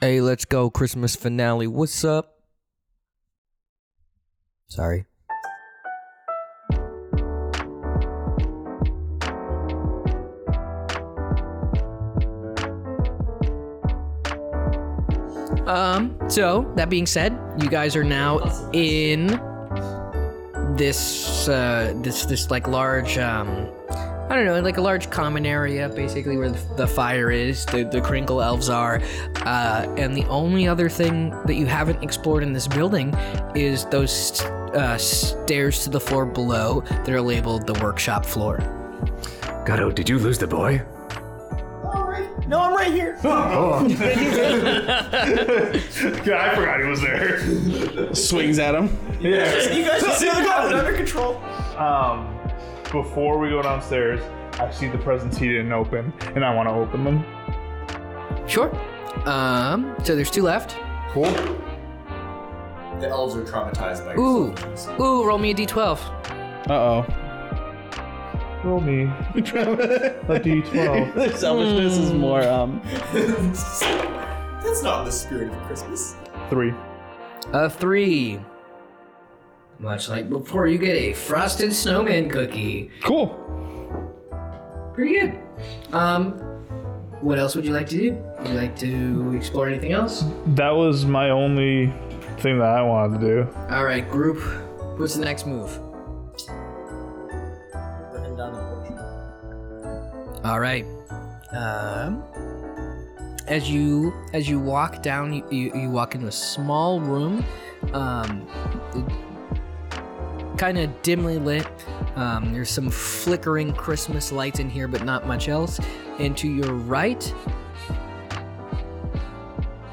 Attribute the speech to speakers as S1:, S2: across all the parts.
S1: Hey, let's go Christmas finale. What's up? Sorry.
S2: Um, so that being said, you guys are now in this uh this this like large um I don't know, like a large common area basically where the the fire is, the the crinkle elves are. Uh and the only other thing that you haven't explored in this building is those uh, stairs to the floor below that are labeled the workshop floor.
S3: Gato, did you lose the boy?
S4: No, I'm right here.
S5: Yeah, I forgot he was there.
S6: Swings at him.
S5: Yeah.
S4: You guys just have it under control.
S5: Um, before we go downstairs, I see the presents he didn't open, and I want to open them.
S2: Sure. Um, so there's two left.
S5: Cool.
S7: The elves are traumatized by
S2: Ooh.
S7: yourself.
S2: Ooh, roll me a d12.
S6: Uh oh.
S5: Roll me a d12.
S6: Their selfishness is more um.
S7: That's not the spirit of Christmas.
S5: Three.
S2: A three. Much like before, you get a frosted snowman cookie.
S6: Cool.
S2: Pretty good. Um, what else would you like to do? Would you like to explore anything else?
S5: That was my only thing that I wanted to do.
S2: All right, group. What's the next move?
S7: Written down in the
S2: All right. Um, as you as you walk down, you, you, you walk into a small room, um, kind of dimly lit. Um, there's some flickering Christmas lights in here, but not much else. And to your right,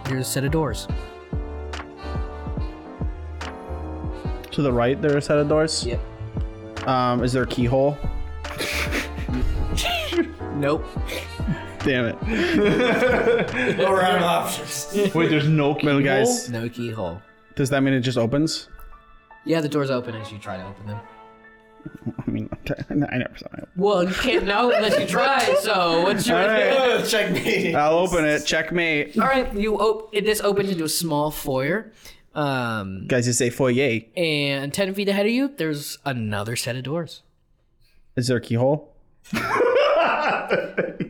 S2: there's a set of doors.
S6: To the right, there are a set of doors.
S2: Yep.
S6: Um, is there a keyhole?
S2: Nope.
S6: Damn it.
S7: Lower out of options.
S5: Wait, there's no
S6: Well,
S5: keyhole?
S6: guys,
S2: No keyhole.
S6: does that mean it just opens?
S2: Yeah, the doors open as you try to open them.
S6: I mean, okay, I never saw it.
S2: Well, you can't know unless you try. So what's your
S6: All right.
S7: Ugh, Checkmate.
S6: I'll open it. Checkmate.
S2: All right, you op- it- this opens into a small foyer. Um,
S6: Guys, it's a foyer.
S2: and 10 feet ahead of you, there's another set of doors.
S6: Is there a keyhole?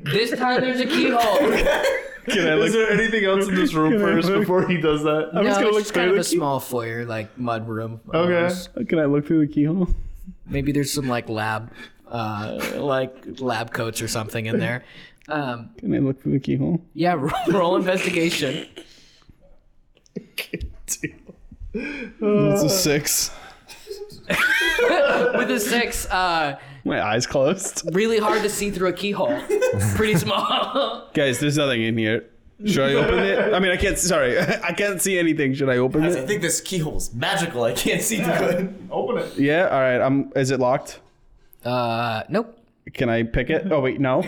S2: This time there's a keyhole.
S6: Can I
S5: Is there anything else in this room first before he does that?
S2: no,
S5: I'm just gonna
S2: it's
S5: look
S2: just kind
S5: straight
S2: of
S5: at
S2: a
S5: the key-
S2: small foyer, like mud room.
S5: Okay.
S2: Uh,
S6: Can I look through the keyhole?
S2: maybe there's some like lab, uh, like lab coats or something in there. Um,
S6: Can I look through the keyhole?
S2: yeah, roll, roll investigation.
S6: That's a six.
S2: With a six, uh,
S6: My eyes closed.
S2: really hard to see through a keyhole. Pretty small.
S6: Guys, there's nothing in here. Should I open it? I mean, I can't. Sorry, I can't see anything. Should I open
S7: I
S6: it?
S7: think this keyhole's magical. I can't see the good.
S5: Open it.
S6: Yeah. All right. I'm. Is it locked?
S2: uh, nope.
S6: Can I pick it? Oh wait, no.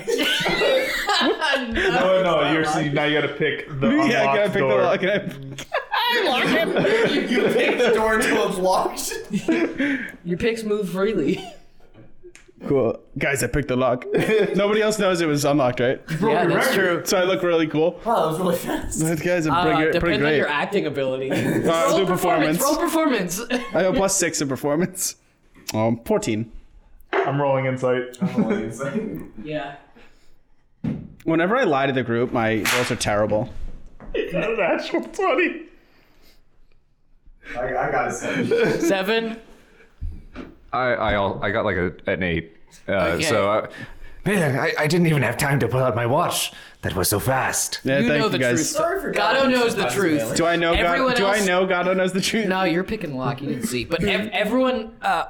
S5: No, no, you're see, now you gotta pick the unlocked
S6: yeah, can I pick
S5: door.
S6: the lock? Can I?
S7: You pick the door until it's locked.
S2: Your picks move freely.
S6: Cool. Guys, I picked the lock. Nobody else knows it was unlocked, right?
S2: yeah, that's true.
S6: So I look really cool.
S7: Wow, that was really fast.
S6: Those guys are
S2: Uh,
S6: pretty,
S2: depends
S6: pretty
S2: on
S6: great.
S2: your acting ability.
S6: Uh, I'll do performance.
S2: Roll performance.
S6: I have a plus six in performance. Um, fourteen.
S5: I'm rolling insight.
S2: yeah.
S6: Whenever I lie to the group, my rolls are terrible.
S5: Natural 20.
S7: I, I gotta say.
S2: Seven.
S3: I I, all, I got like a, an eight. Uh,
S2: Okay.
S3: So I,
S8: Man, I, I didn't even have time to pull out my watch. That was so fast.
S6: Yeah,
S2: You
S6: thank
S2: know
S6: you
S2: the
S6: guys.
S2: truth.
S7: Sorry for
S2: Gato
S7: God.
S2: knows the truth.
S6: Do I know
S2: Everyone
S6: God? Do I
S2: else-
S6: know Gato knows the truth?
S2: No, you're picking lock. You didn't see, but ev- everyone. Uh,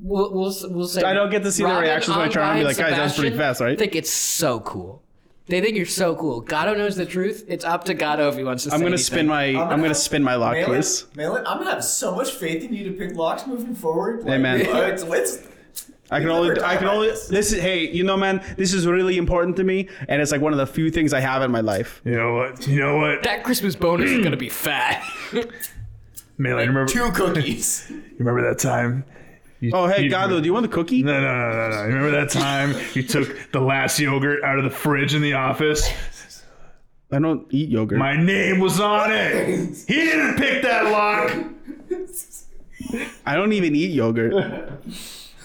S2: we'll, we'll s- we'll say.
S6: I don't get to see their
S2: Robin,
S6: reactions when I turn around and be
S2: Anbai,
S6: like, guys, that was pretty
S2: Sebastian
S6: fast, right?
S2: Think it's so cool. They think you're so cool. Gato knows the truth. It's up to Gato if he wants to.
S6: I'm
S2: say
S6: gonna
S2: anything.
S6: spin my. I'm gonna,
S7: gonna-
S6: spin my lock,
S7: Malin,
S6: please.
S7: Malin, I'm gonna have so much faith in you to pick locks moving forward. Like,
S6: man.
S7: Let's, let's,
S6: I can
S7: We've
S6: only.
S7: never
S6: I can
S7: done
S6: only.
S7: this.
S6: This is. Hey, you know, man, this is really important to me, and it's like one of the few things I have in my life.
S5: You know what? You know what?
S2: That Christmas bonus is gonna be fat.
S5: Melee, remember,
S7: two cookies.
S5: you remember that time? You-
S6: Oh, hey,
S5: you-
S6: Gato, do you want the cookie?
S5: No, no, no, no, no. Remember that time you took the last yogurt out of the fridge in the office?
S6: I don't eat yogurt.
S5: My name was on it. He didn't pick that lock.
S6: I don't even eat yogurt.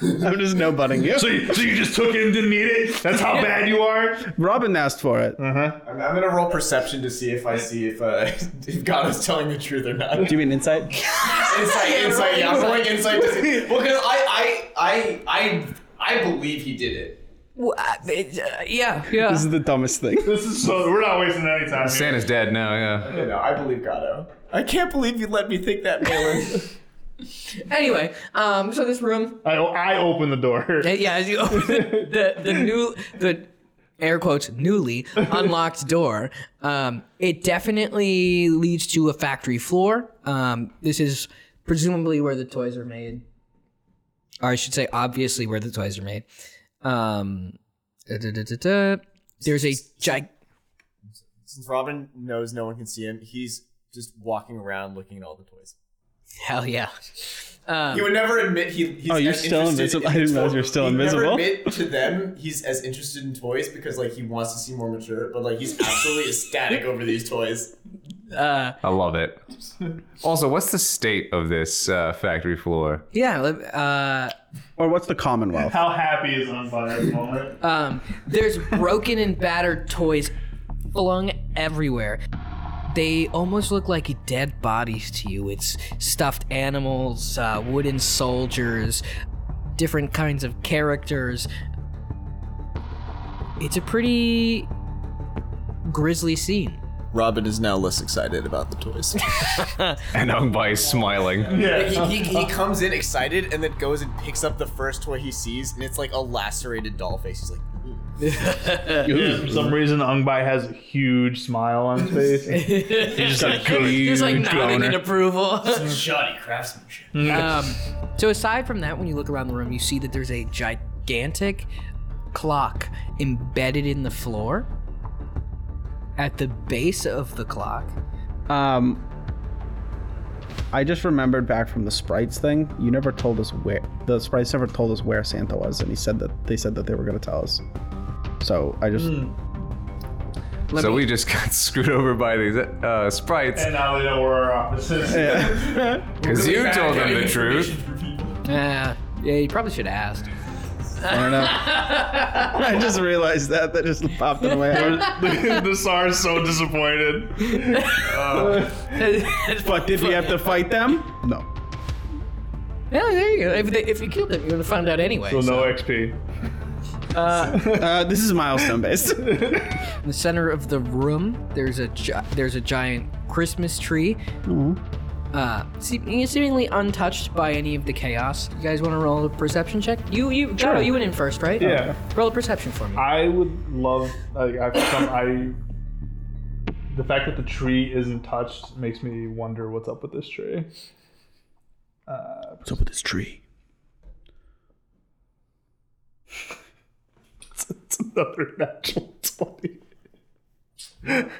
S6: I'm just no butting you.
S5: So you, so you just took it and didn't need it? That's how bad you are?
S6: Robin asked for it.
S7: I'm, I'm gonna roll perception to see if I see if uh, if God is telling the truth or not.
S6: Do you mean insight?
S7: Insight, insight. Yeah, I'm rolling insight to see. Well, because I, I, I, I, I believe he did it.
S2: Well, I- it- uh, yeah, yeah.
S6: This is the dumbest thing.
S5: This is so. We're not wasting any time. here.
S3: Santa's dead now. Yeah.
S7: No, no, I believe Gatto. I can't believe you let me think that, Malin.
S2: Anyway, um, so this room,
S5: I, I opened the door.
S2: uh, yeah, as you open the, the, the new, the air quotes, newly unlocked door, um, it definitely leads to a factory floor. Um, this is presumably where the toys are made. Or I should say, obviously, where the toys are made. Um, da, da, da, da, da. There's a giant.
S7: Since Robin knows no one can see him, he's just walking around looking at all the toys.
S2: Hell yeah.
S7: He would never admit he. He's
S6: Oh, you're
S7: as
S6: still
S7: interested
S6: invisible. I didn't realize
S7: toy-
S6: you're still
S7: he'd
S6: invisible.
S7: Never admit to them he's as interested in toys because like he wants to seem more mature, but like he's absolutely ecstatic over these toys.
S3: I love it. Also, what's the state of this uh, factory floor?
S2: Yeah. let- Uh,
S6: Or what's the Commonwealth?
S5: How happy is Unfun at the moment?
S2: Um, there's broken and battered toys flung everywhere. They almost look like dead bodies to you. It's stuffed animals, uh, wooden soldiers, different kinds of characters. It's a pretty grisly scene.
S7: Robin is now less excited about the toys.
S3: And Ungbai is smiling.
S7: he, he, he comes in excited and then goes and picks up the first toy he sees, and it's like a lacerated doll face. He's like, "Ooh."
S5: Yeah, for some reason, Ungbai has a huge smile on his face. He's just like,
S2: Just like
S5: "Good
S2: nodding in
S5: boner."
S2: approval.
S4: Shoddy craftsmanship.
S2: Um, so aside from that, when you look around the room, you see that there's a gigantic clock embedded in the floor. At the base of the clock,
S6: Um, I just remembered back from the sprites thing. You never told us where the sprites never told us where Santa was, and he said that they said that they were going to tell us. So I just
S3: So we just got screwed over by these uh, sprites
S5: And now they know where our office is.
S3: because you told them the truth.
S2: uh, yeah, you probably should ask.
S6: I don't know. I just realized that that just popped in my head.
S5: the, the Tsar is so disappointed.
S6: But did we have to fight them? No.
S2: Yeah, there you go. If, they, if you killed them, you would have found out anyway.
S5: So no XP.
S6: Uh, this is milestone based.
S2: In the center of the room, there's a gi- there's a giant Christmas tree,
S5: Mm-hmm.
S2: uh, seem- seemingly untouched by any of the chaos. You guys want to roll a perception check? You you Jaro, you went in first, right?
S5: Yeah.
S2: Roll a perception for me.
S5: I would love. Like, I've come, I. The fact that the tree isn't touched makes me wonder what's up with this tree.
S6: What's up with this tree?
S5: It's, it's another natural twenty. Dude,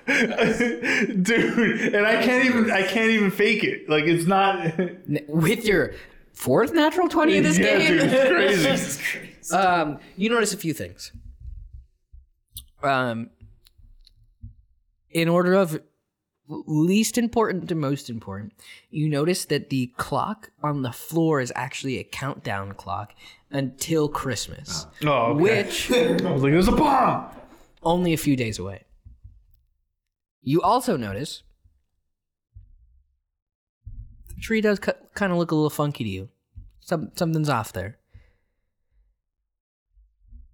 S5: and I can't even I can't even fake it. Like it's not
S2: N- With your fourth natural twenty in this
S5: Yeah,
S2: game,
S5: dude, it's crazy.
S2: um, you notice a few things. Um, in order of least important to most important, you notice that the clock on the floor is actually a countdown clock until Christmas,
S5: Oh, okay.
S2: which
S5: I was like, there's a bomb.
S2: only a few days away. You also notice the tree does cu- kind of look a little funky to you. Some something's off there.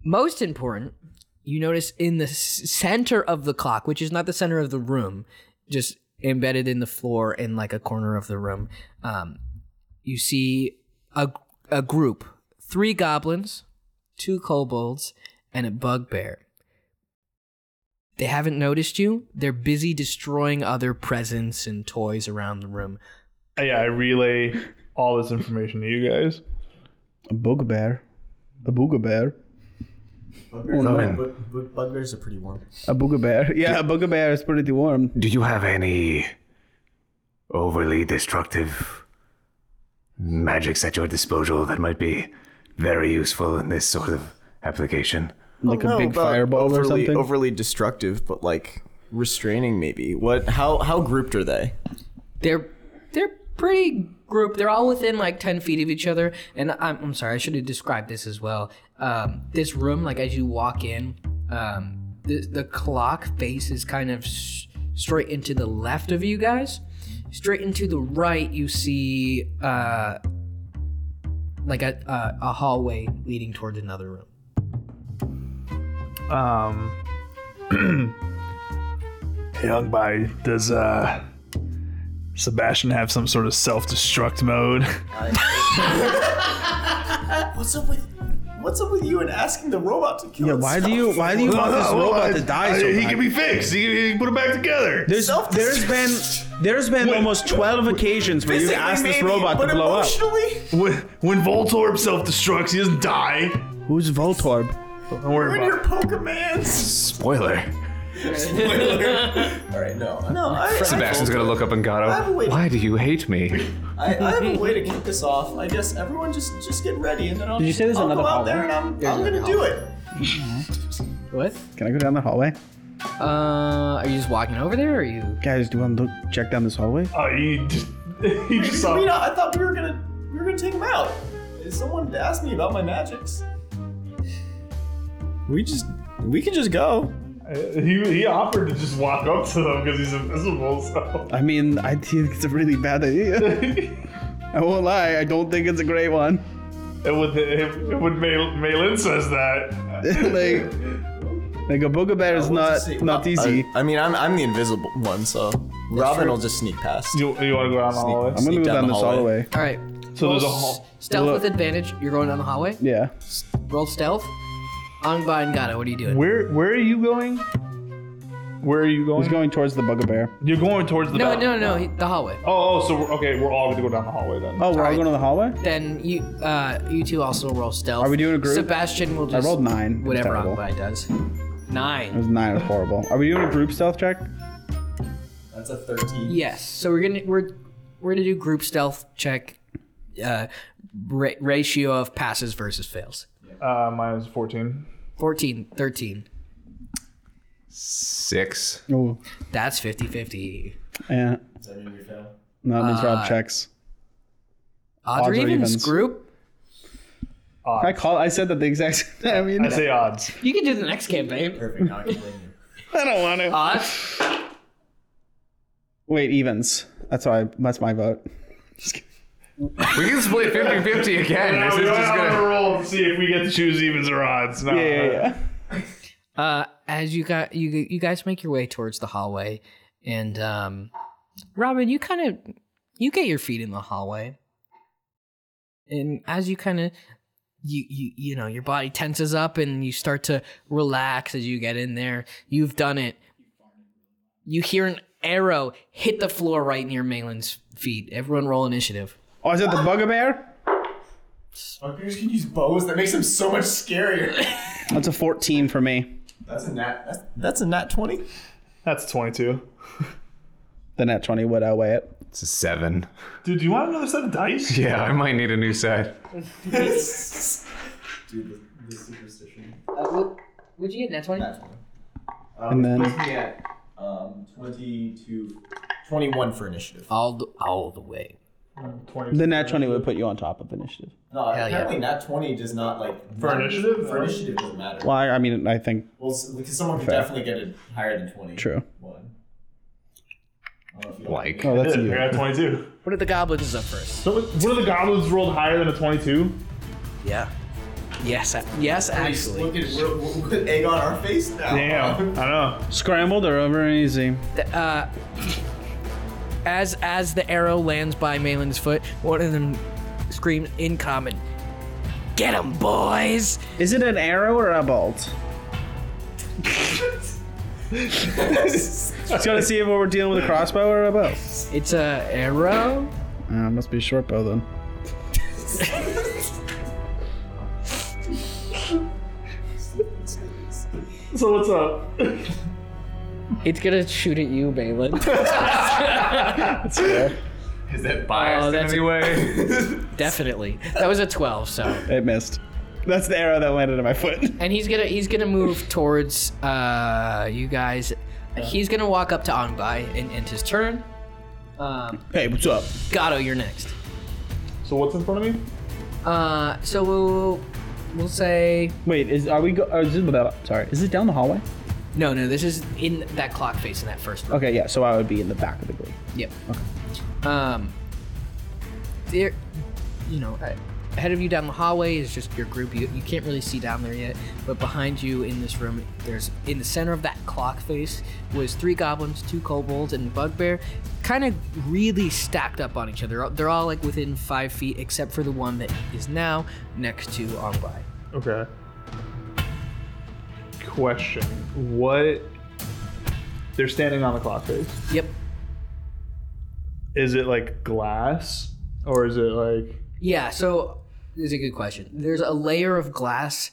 S2: Most important, you notice in the s- center of the clock, which is not the center of the room, just embedded in the floor in like a corner of the room, um, you see a a group: three goblins, two kobolds, and a bugbear. They haven't noticed you. They're busy destroying other presents and toys around the room.
S5: Uh, Yeah, I relay all this information to you guys.
S6: A bugbear. A boogabear.
S8: Robin,
S7: But, but bugbears are pretty warm.
S6: A boogabear. Yeah, a boogabear is pretty warm.
S8: do you have any overly destructive magics at your disposal that might be very useful in this sort of application?
S6: Like a big fireball or something.
S7: overly destructive, but like restraining maybe. What how how grouped are they?
S2: they're they're pretty grouped. They're all within like ten feet of each other. And I'm, I'm sorry, I should have described this as well. Um, this room, like as you walk in, um, the the clock face is kind of s- straight into the left of you guys. Straight into the right, you see uh, like a uh, a hallway leading towards another room.
S5: Um, young by does uh Sebastian have some sort of self-destruct mode?
S4: What's up with What's up with you and asking the robot to kill
S6: Yeah,
S4: itself?
S6: why do you why do you want Oh,
S5: Oh,
S6: this robot to die so bad?
S8: fixed. He can, he can put him back together.
S6: there's, there's been there's been almost 12 occasions where you've
S4: Physically,
S6: asked this
S4: maybe,
S6: robot to
S4: but
S6: blow up.
S4: emotionally?
S8: When, when Voltorb self-destructs, he doesn't die.
S6: Who's Voltorb?
S5: Don't worry
S4: You're
S5: about it.
S4: Pokemans.
S8: Spoiler.
S4: No, I,
S3: Sebastian's gonna look up and go,
S4: have a way to-
S3: Why do you hate me?
S4: I, I have a way to kick this off. I guess everyone just just get ready, and then I'll.
S6: Did you say there's
S4: I'll
S6: another
S4: go out
S6: hallway?
S4: there, and I'm, I'm
S2: another
S4: gonna do it.
S2: What?
S6: Can I go down the hallway?
S2: Uh, are you just walking over there, or are you?
S6: Guys, do you want to look, check down this hallway?
S5: Oh, he just, he just
S4: I mean,
S5: saw.
S4: I, I thought we were gonna we were gonna take him out. Someone asked me about my magics.
S7: We just we can just go.
S5: uh, He, he offered to just walk up to them because he's invisible. So
S6: I mean, I think it's a really bad idea. I won't lie, I don't think it's a great one.
S5: it would it, it would Mal- Malin says that.
S6: like, like a booga bear is not not easy.
S7: I, I mean, I'm I'm the invisible one, so Robin will just sneak past.
S5: You, you want to go down the hallway?
S6: I'm gonna
S7: sneak
S6: go
S7: down
S6: down
S7: the
S6: this
S7: hallway.
S6: hallway.
S2: All right,
S5: So there's a hall.
S2: stealth
S6: Look.
S2: with advantage. You're going down the hallway.
S6: Yeah.
S2: Roll stealth. Angba and Gata, what are you doing?
S5: Where where are you going? Where are you
S6: He's
S5: going?
S6: going towards the bugger bear. Oh,
S5: You're going towards the
S2: No,
S5: back.
S2: no, no, he- the hallway.
S5: Oh, oh, so we're, okay, we're all gonna go down the hallway then.
S6: Oh, we're all
S2: Alright.
S6: going to the hallway?
S2: Then you, uh, you two also roll stealth.
S6: Are we doing a group?
S2: Sebastian will
S6: I
S2: just
S6: rolled nine. It was
S2: whatever
S6: terrible.
S2: Angba does.
S6: It
S2: Nine.
S6: was nine. It was horrible. Are we doing a group stealth check?
S4: That's a
S6: Mm-hmm.
S4: thirteen.
S2: Yes. So we're gonna we're we're gonna do group stealth check. Uh, ra- ratio of passes versus fails.
S5: Uh, mine was 14.
S2: 14, 13.
S3: Six.
S6: Oh,
S2: That's 50 50.
S6: yeah. No, it means Rob checks.
S2: Odds or
S6: or
S2: evens
S6: evens?
S2: group?
S6: I call. I said that the exact. same thing. I mean,
S5: I say odds.
S2: You can do the next campaign.
S6: I don't want to.
S2: Odds?
S6: Wait, evens. That's why. That's my vote.
S3: We can split 50 50 again. This
S5: we
S3: is
S5: don't
S3: just
S5: have
S3: gonna.
S5: to roll to see if we get to choose evens or odds. No,
S6: Yeah, yeah, yeah.
S2: uh, as you got you you guys make your way towards the hallway, and um, Robin, you kind of you get your feet in the hallway, and as you kind of you you you know your body tenses up and you start to relax as you get in there. You've done it. You hear an arrow hit the floor right near Malin's feet. Everyone roll initiative.
S6: Oh, is it the bugger bear?
S4: Fuckers uh, can use bows. That makes them so much scarier.
S6: That's a fourteen for me.
S4: That's a nat. That's, that's a nat twenty.
S5: That's 22.
S6: The net twenty would outweigh it.
S3: It's a seven.
S5: Dude, do you want another set of dice?
S3: Yeah, I might need a new side.
S2: Would you get that twenty?
S6: and then
S4: Yeah. Um, 22, 21 for initiative.
S2: All the, all the way.
S6: the net twenty would put you on top of initiative.
S4: No,
S2: yeah.
S4: apparently nat twenty does not like
S5: For initiative?
S4: For initiative doesn't matter.
S6: Well, I, I mean, I think
S4: Well, s- because someone could
S6: Fair.
S4: definitely get it higher than twenty.
S6: true.
S4: One. I don't know if you like.
S3: Like,
S6: Oh, that's
S5: I
S6: you.
S5: got 22.
S2: What are the goblins up first?
S5: So, what what are the goblins rolled higher than a 22?
S2: Yeah. Yes. a- Yes. Actually,
S4: Look at we're, we're, we put egg on our face now.
S5: Damn. I know.
S6: Scrambled or over and easy.
S2: The, uh, as as the arrow lands by Malin's foot, one of them screams in common, "Get 'em, boys!"
S6: Is it an arrow or a bolt? Just gotta see if we're dealing with a crossbow or a bow.
S2: It's a arrow.
S6: Uh, must be a short bow then.
S5: So, what's up?
S2: It's gonna shoot at you, Malin.
S3: is that biased
S2: Oh,
S3: in
S2: that's-
S3: any way?
S2: Definitely. That was a twelve. So,
S6: It missed. That's the arrow that landed in my foot.
S2: and he's gonna he's gonna move towards uh you guys. He's gonna walk up to Onbai and end his turn. Um,
S6: Hey, what's up?
S2: Gato, you're next.
S5: So what's in front of me?
S2: Uh, so we'll we'll say
S6: Wait, is are we? Go- oh, is this, sorry, is it down the hallway?
S2: no, no. This is in that clock face in that first room.
S6: Okay, yeah. So I would be in the back of the group.
S2: Yep. Um, there, you know, a- ahead of you down the hallway is just your group. You, you can't really see down there yet, but behind you in this room, there's in the center of that clock face was three goblins, two kobolds, and a bugbear, kind of really stacked up on each other. They're all like within five feet, except for the one that is now next to Ongbai.
S5: Okay. Question: What? They're standing on the clock face.
S2: Yep.
S5: Is it like glass, or is it like?
S2: Yeah. So this is a good question. There's a layer of glass.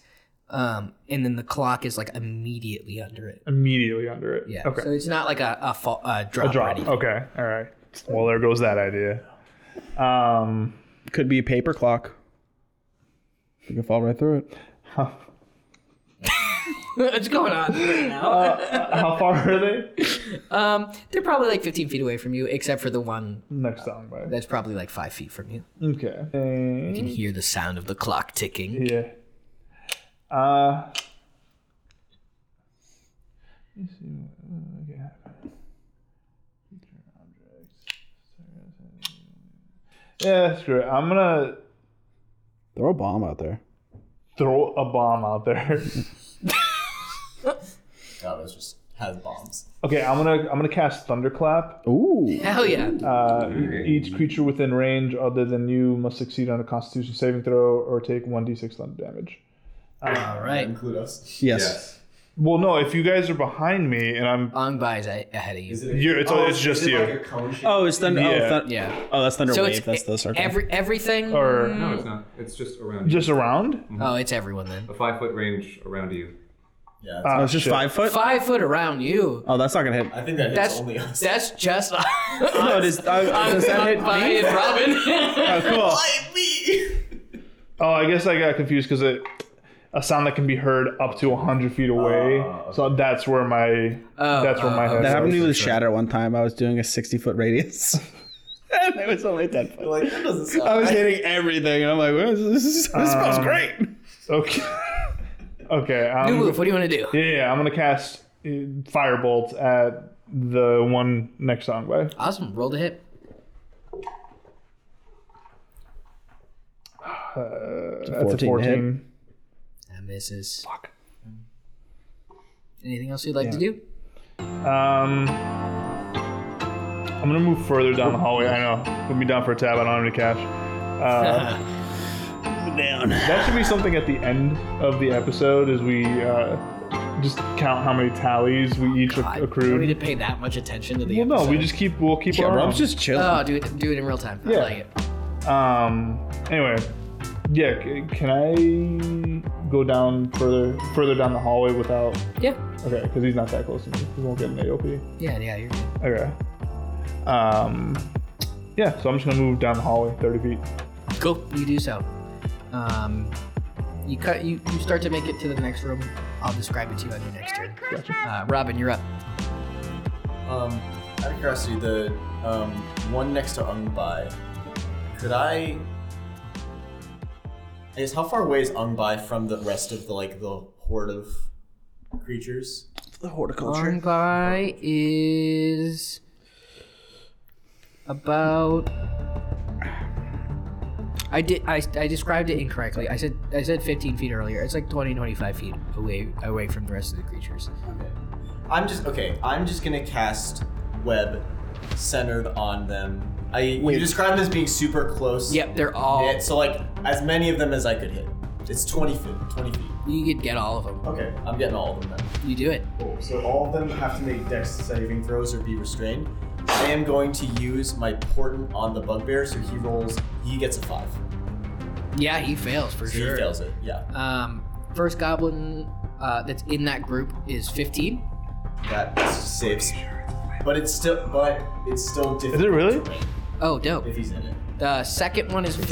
S2: Um, and then the clock is like immediately under it.
S5: immediately under it.
S2: Yeah.
S5: Okay.
S2: So it's not like a, a, fa- a drop.
S5: a drop.
S2: already.
S5: Okay. All right. Well, there goes that idea. Um,
S6: Could be a paper clock. You can fall right through it.
S2: What's going on right now?
S5: how far are they?
S2: Um, they're probably like 15 feet away from you, except for the one
S5: Next song, bye.
S2: that's probably like five feet from you.
S5: Okay.
S2: You can hear the sound of the clock ticking.
S5: Yeah. Uh. Yeah, screw it. I'm gonna
S6: Throw a bomb out there.
S5: throw a bomb out there.
S7: God, it just has bombs.
S5: okay, I'm gonna I'm gonna cast thunderclap.
S6: Ooh.
S2: Hell yeah.
S5: Uh, each creature within range other than you must succeed on a constitution saving throw or take 1d6 thunder damage.
S2: All right.
S4: Include us.
S6: Yes.
S5: Well, no, if you guys are behind me and I'm.
S2: Ongbai's a- ahead of you.
S5: You're, it's, it's just you.
S6: Oh, it's thunder.
S5: Yeah.
S6: Oh, thun-
S2: Yeah.
S6: oh, that's thunder
S2: So
S6: wave.
S2: it's e-
S6: That's the circle.
S2: Every, everything.
S5: or
S3: No, it's not. It's just around you.
S5: just around?
S2: oh, it's everyone then.
S3: A five foot range around you.
S7: Yeah,
S5: Oh,
S6: oh, it's just
S5: shit.
S6: five foot.
S2: Five foot around you.
S6: Oh, that's not gonna hit.
S7: I think that hits
S2: That's
S7: only us.
S2: that's just.
S6: No, it is. Oh, does that hit me?
S2: Onbai and Robin.
S6: Oh, cool.
S5: Oh, I guess I got confused because it. A sound that can be heard up to 100 feet away. So that's where my.
S2: Oh,
S5: that's where my head
S6: That
S5: is.
S6: happened to me with Shatter one time. I was doing a 60 foot radius. and it was only 10 foot.
S7: like, that doesn't sound
S6: I was hitting everything. And I'm like, well, this, is- this smells
S2: Um,
S6: great.
S5: Okay. okay.
S2: New
S5: I'm,
S2: move. What do you want to do?
S5: yeah, yeah, I'm going to cast uh, Firebolt at the one next song by.
S2: Awesome. Roll to hit.
S5: That's a
S6: 14 hit.
S5: 14.
S2: That misses. Fuck. Anything else you'd like to do?
S5: Um, I'm gonna move further down the hallway. I know. Put me down for a tab. I don't have any cash. Uh,
S6: Down.
S5: that should be something at the end of the episode, as we uh, just count how many tallies we each
S2: I don't need
S5: accrued.
S2: to pay that much attention to the
S5: Well, no,
S2: episode.
S5: we just keep. We'll keep
S6: Yeah,
S5: our.
S6: Rob's
S5: own.
S6: just chilling.
S2: Oh, do it, do it in real time. I
S5: Yeah.
S2: like it.
S5: Um. Anyway, yeah. c- Can I go down further, further down the hallway without?
S2: Yeah.
S5: Okay, because he's not that close to me. He won't get an AOP.
S2: Yeah, yeah, you're good.
S5: Okay. Um. Yeah. So I'm just gonna move down the hallway, 30 feet.
S2: Cool. You do so. Um, you cut. You, you start to make it to the next room. I'll describe it to you on your next turn. Uh, Robin, you're up.
S7: Um, out of curiosity, the um, one next to Ungbai, could I? I guess how far away is Ungbai from the rest of the like the horde of creatures?
S2: Long guy is about. I did. I, I described it incorrectly. I said I said 15 feet earlier. It's like 20, 25 feet away away from the rest of the creatures.
S7: I'm just okay. I'm just gonna cast web centered on them. I you described them as being super close.
S2: Yep, they're all.
S7: knit, so like as many of them as I could hit. It's 20 feet. 20 feet.
S2: You could get all of them.
S7: Okay, I'm getting all of them then.
S2: You do it.
S7: Cool. So all of them have to make dex saving throws or be restrained. I am going to use my portent on the bugbear, so he rolls. He gets a five.
S2: Yeah, he fails for
S7: So
S2: sure.
S7: he fails it. Yeah.
S2: Um, first goblin uh, that's in that group is 15.
S7: That saves. But it's still. But it's still
S5: Is it
S7: difficult
S5: really?
S2: Oh, dope.
S7: if he's in it.
S2: The second one is
S7: Mm-hmm.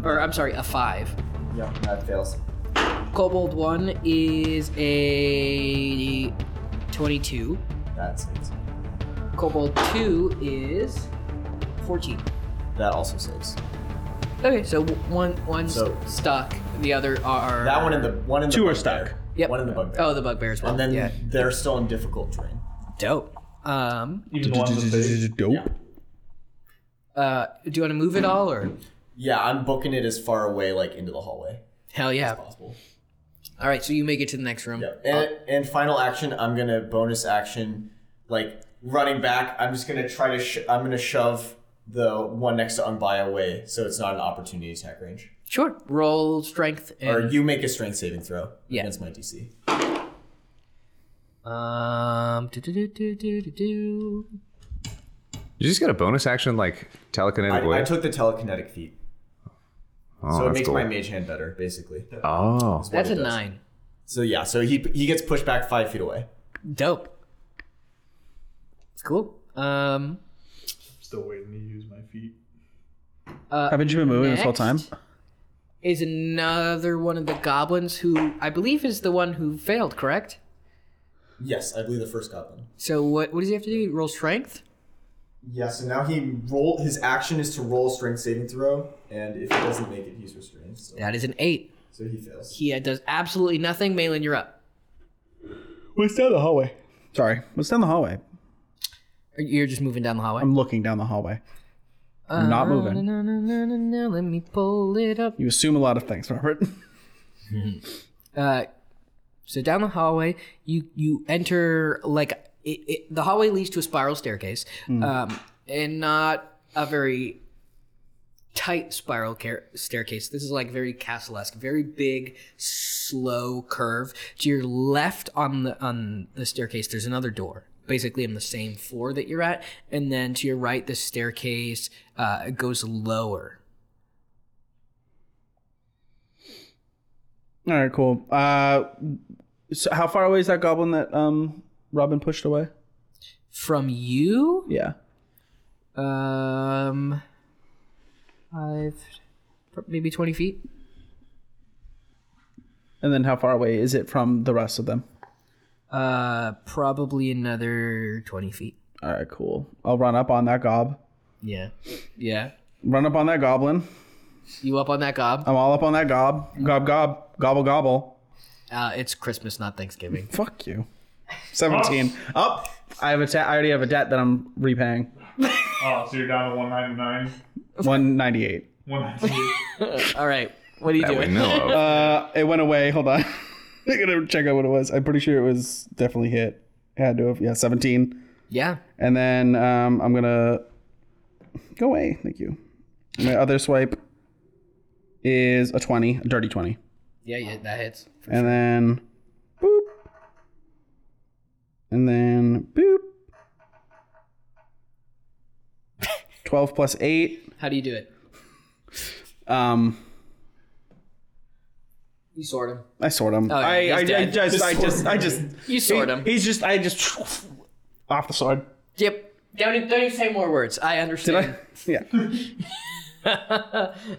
S2: 15, or I'm sorry, a five.
S7: Yeah, that fails.
S2: Kobold one is a 22.
S7: That saves.
S2: Kobold 2 is 14.
S7: That also saves.
S2: Okay, so w- one one's
S7: So-
S2: stuck, the other are
S7: That one in the one in the
S6: Two
S7: bugbear.
S6: are stuck.
S2: Yep.
S7: One in the bugbear.
S2: Oh, the bugbear as well.
S7: and then
S2: yeah,
S7: they're still in difficult terrain.
S2: dope. Um,
S5: Even the ones that they-
S6: Dope.
S2: uh, do you want to move it all or?
S7: Yeah, I'm booking it as far away like into the hallway
S2: Hell yeah!
S7: as possible.
S2: All right, so you make it to the next room.
S7: Yeah. And, and final action, I'm gonna bonus action, like running back. I'm just gonna try to. Sh- I'm gonna shove the one next to Unbuy away, so it's not an opportunity attack range.
S2: Sure. Roll strength
S7: Or
S2: and
S7: you make a strength saving throw
S2: Yeah.
S7: against my DC.
S2: um. do-do-do-do-do-do-do.
S3: You just get a bonus action like telekinetic
S7: I, I
S3: wave.
S7: took the telekinetic feat,
S3: oh,
S7: so it
S3: that's
S7: makes
S3: cool.
S7: my mage hand better, basically.
S3: Oh,
S7: That's what
S2: That's
S7: it
S2: a
S7: does.
S2: nine.
S7: So yeah, so he he gets pushed back five feet away.
S2: Dope. Cool. Um.
S5: Still waiting to use my feet.
S6: Haven't you been moving this whole time?
S2: Next. Is another one of the goblins who I believe is the one who failed, correct?
S7: Yes, I believe the first goblin.
S2: So what what does he have to do? Roll strength?
S7: Yeah, so now he roll. His action is to roll a strength saving throw, and if he doesn't make it, he's restrained. So,
S2: That is an eight.
S7: so he fails.
S2: He does absolutely nothing. Malin, you're up.
S5: What's down the hallway?
S6: Sorry. What's down the hallway?
S2: Or You're just moving down the hallway.
S6: I'm looking down the hallway. I'm not moving.
S2: No, no, no, no, no, let me pull it up.
S6: You assume a lot of things, Robert.
S2: Uh, so down the hallway, you you enter like it, it, the hallway leads to a spiral staircase, um, and not a very tight spiral car- staircase. This is like very castle-esque, very big, slow curve. To your left on the on the staircase, there's another door, basically on the same floor that you're at, and then to your right, the staircase uh, goes lower.
S6: All right, cool. Uh, so how far away is that goblin that um Robin pushed away?
S2: From you,
S6: Yeah.
S2: Um, five, maybe twenty feet.
S6: And then how far away is it from the rest of them?
S2: Uh, probably another twenty feet.
S6: All right, cool. I'll run up on that gob.
S2: Yeah, yeah.
S6: Run up on that goblin.
S2: You up on that gob?
S6: I'm all up on that gob. Gob gob. Gobble gobble.
S2: Uh, it's Christmas, not Thanksgiving.
S6: Fuck you. Seventeen. Up. I have a ta- I already have a debt that I'm repaying.
S5: Oh, so you're down to 199.
S6: One ninety eight.
S5: 198.
S2: All right, what are you
S3: that we
S2: doing?
S3: know of.
S6: Uh, it went away. Hold on. I gotta check out what it was. I'm pretty sure it was definitely hit. It had to have. Yeah, seventeen.
S2: Yeah,
S6: And then um, I'm gonna go away. Thank you. My other swipe is a twenty, a dirty twenty,
S2: yeah, yeah. That hits.
S6: and then boop, and then boop. Twelve plus eight.
S2: How do you do it?
S6: Um,
S2: You sort him.
S6: I sort him.
S2: Oh, yeah,
S6: I,
S2: he's
S6: I, I
S2: dead.
S6: just, I just, I just.
S2: You sort him.
S6: He's just, I just off the sword.
S2: Yep. Don't even, don't even say more words. I understand.
S6: Yeah.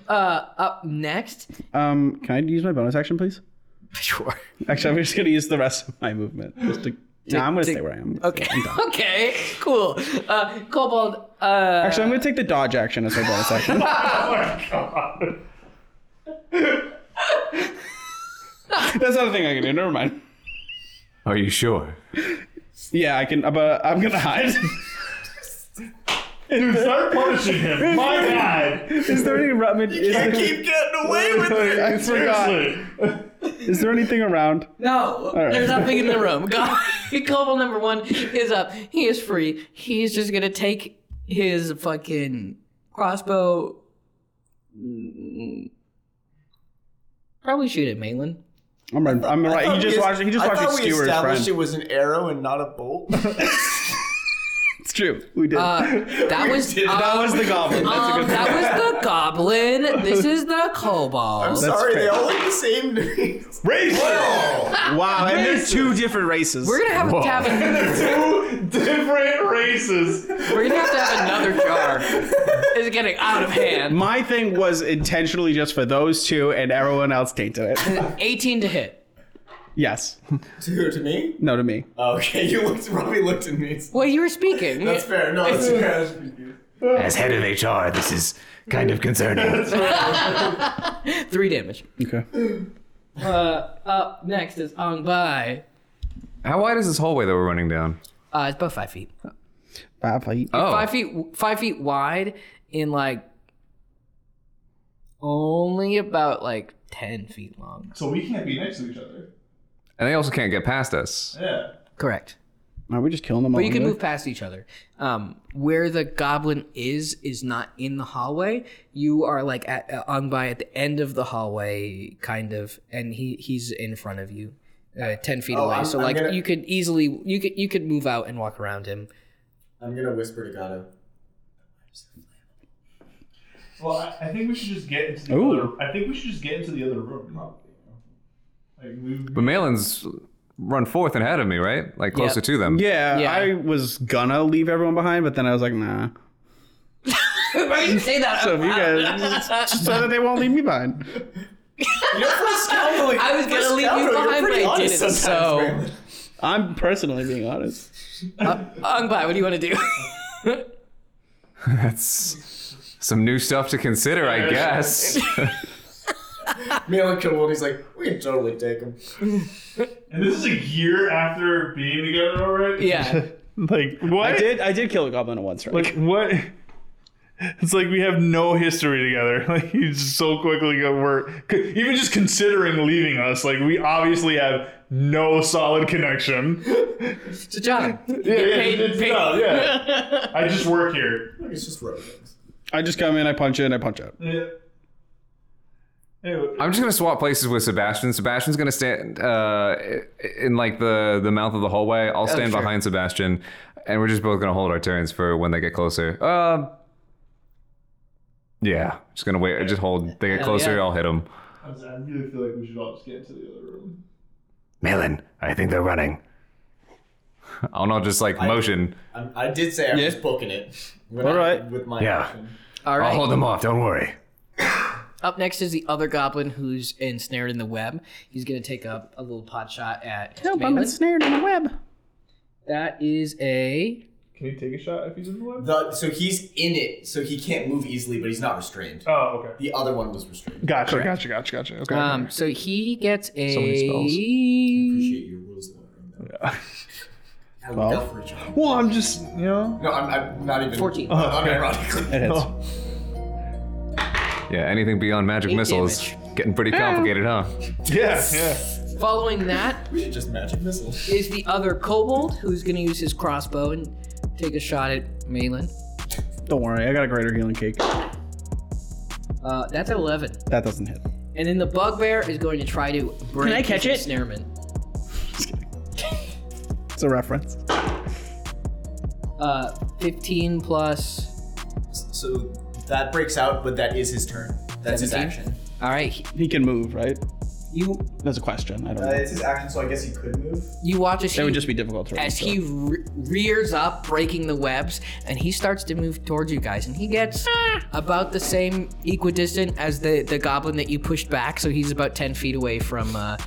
S2: Up next.
S6: Um, can I use my bonus action, please?
S2: Sure.
S6: Actually, I'm just gonna use the rest of my movement. Just to, no, I'm gonna stay where I am.
S2: Okay. okay. Cool. Uh, Kobold. Uh,
S6: Actually, I'm gonna take the dodge action as my bonus action.
S5: Oh
S6: That's not a thing I can do. Never mind.
S3: Are you sure?
S6: Yeah, I can. But I'm gonna hide.
S5: Dude, start punishing him. My God.
S6: is there any rum? Is there,
S4: Keep getting away with it.
S6: I forgot.
S5: Seriously.
S6: Is there anything around?
S2: No,
S6: right.
S2: there's nothing in the room. Go- Global number one is up. He is free. He's just gonna take his fucking crossbow. Probably shoot at Malin.
S6: I'm right. I'm right. He just watched. He just
S7: I
S6: watched
S7: thought
S6: it
S7: we
S6: skewer his
S7: established it
S6: friend.
S7: was an arrow and not a bolt.
S6: It's true. We did.
S2: That was um,
S6: that was the goblin. That's a
S2: um,
S6: good.
S2: that was the goblin. This is the
S7: I'm
S2: kobold.
S7: sorry, they
S6: fair.
S7: all look the same to me.
S6: Race. Wow, and they're two different races.
S2: We're gonna have to have an,
S5: Two different races.
S2: we're gonna have to have another jar. It's getting out of hand.
S6: My thing was intentionally just for those two, and everyone else tainted it.
S2: 18 to hit.
S6: Yes.
S7: To who? To me?
S6: No to me.
S7: Okay, you looked, probably looked at me.
S2: Well, you were speaking.
S7: That's fair. No, that's fair.
S8: As head of HR, this is kind of concerning.
S2: Three damage.
S6: Okay.
S2: Uh, up next is Ong Bai.
S3: How wide is this hallway that we're running down?
S2: Uh, it's about five feet.
S6: Five feet.
S3: Oh,
S2: Five feet. Five feet wide in like only about like ten feet long.
S5: So we can't be next to each other.
S3: and they also can't get past us.
S5: Yeah.
S2: Correct.
S6: Are we just killing them all?
S2: But you can move past each other. Um, where the goblin is is not in the hallway. You are like at uh, on by at the end of the hallway, kind of, and he he's in front of you, uh, ten feet
S7: Oh,
S2: away.
S7: I'm-
S2: so
S7: I'm
S2: like
S7: gonna-
S2: you could easily you could you could move out and walk around him.
S7: I'm gonna whisper to Gato.
S5: Well, I, I think we should just get into the
S6: Ooh.
S5: other. I think we should just get into the other room. Like move.
S3: But Malin's run fourth and ahead of me, right? Like closer to them.
S6: Yeah,
S2: Yeah.
S6: I was gonna leave everyone behind, but then I was like, nah.
S2: Why did you say that?
S6: So if you guys, just so that they won't leave me behind.
S7: You're for a scoundrel.
S2: I was
S7: for a
S2: gonna leave you
S7: scoundrel, you're
S2: behind,
S7: pretty
S2: but I
S7: honest
S2: didn't,
S7: sometimes,
S2: so-
S7: Brandon.
S6: I'm personally being honest.
S2: Ong Bai, what do you want to do?
S3: That's some new stuff to consider, I guess.
S7: Malin killed one. He's like, we can totally take him.
S5: And this is a year after being together already.
S2: yeah.
S5: Like what?
S6: I did. I did kill a goblin in one strike.
S5: Like what? It's like we have no history together. Like you just so quickly go we're c- even just considering leaving us. Like we obviously have no solid connection.
S2: So John, you
S5: Yeah,
S2: get
S5: yeah,
S2: paid-
S5: it's-
S2: paid-
S5: no, yeah. I just work here.
S7: Look, It's just robots.
S6: I just come in, I punch in, I punch out.
S5: Yeah. Anyway,
S3: I'm just gonna swap places with Sebastian. Sebastian's gonna stand uh, in like the the mouth of the hallway. I'll
S2: Oh,
S3: stand
S2: sure.
S3: behind Sebastian, and we're just both gonna hold our turns for when they get closer. Um, yeah, just gonna wait. Just hold. They get
S2: Hell
S3: closer.
S2: yeah.
S3: I'll hit them.
S5: I was- I really feel like we should all just get into the other room.
S8: Melon, I think they're running.
S3: I'll not just like motion.
S7: I'm, I did say I was
S6: Yeah.
S7: booking it. When
S6: All
S7: I-
S6: right.
S7: With my
S8: Yeah.
S7: action.
S2: All
S8: I'll
S2: right.
S8: hold them off, don't worry.
S2: Uh, Up next is the other goblin who's ensnared in the web. He's gonna take up a little pot shot at
S6: Nope, I'm
S2: Malin.
S6: ensnared in a web.
S2: That is a
S5: Can you take a shot if he's in the web?
S7: The, so he's in it, so he can't move easily, but he's not restrained.
S5: Oh, okay.
S7: The other one was restrained.
S5: Gotcha, gotcha, gotcha, gotcha. Okay.
S2: um. So he gets a.
S6: Mm-hmm.
S7: Appreciate your rules learning, though. I looked out for each other.
S5: well, I'm just you know.
S7: No, I'm, I'm not even.
S2: 14.
S5: Oh,
S7: Unironically.
S6: It hits.
S3: Yeah, anything beyond magic
S2: Eight
S3: missiles. Getting pretty complicated, huh?
S5: Yeah, yeah.
S2: Following that
S7: We should just magic missile.
S2: is the other kobold who's gonna use his crossbow and take a shot at Malin.
S6: Don't worry, I got a greater healing cake.
S2: Uh, that's an eleven.
S6: That doesn't hit.
S2: And then the bugbear is going to try to break.
S6: I catch
S2: his
S6: it?
S2: Ensnarement.
S6: It's a reference.
S2: Uh, fifteen plus.
S7: So that breaks out, but that is his turn. That's his
S2: 17?
S7: action.
S2: All right. he-
S6: He can move, right?
S2: You
S6: That's a question. I don't
S4: Uh,
S6: know.
S4: it's his action, so I guess he could move.
S2: you watch as
S6: That
S2: he
S6: would just be difficult to
S2: as
S6: so.
S2: he re- rears up, breaking the webs, and he starts to move towards you guys. And he gets about the same equidistant as the, the goblin that you pushed back, so he's about 10 feet away from uh,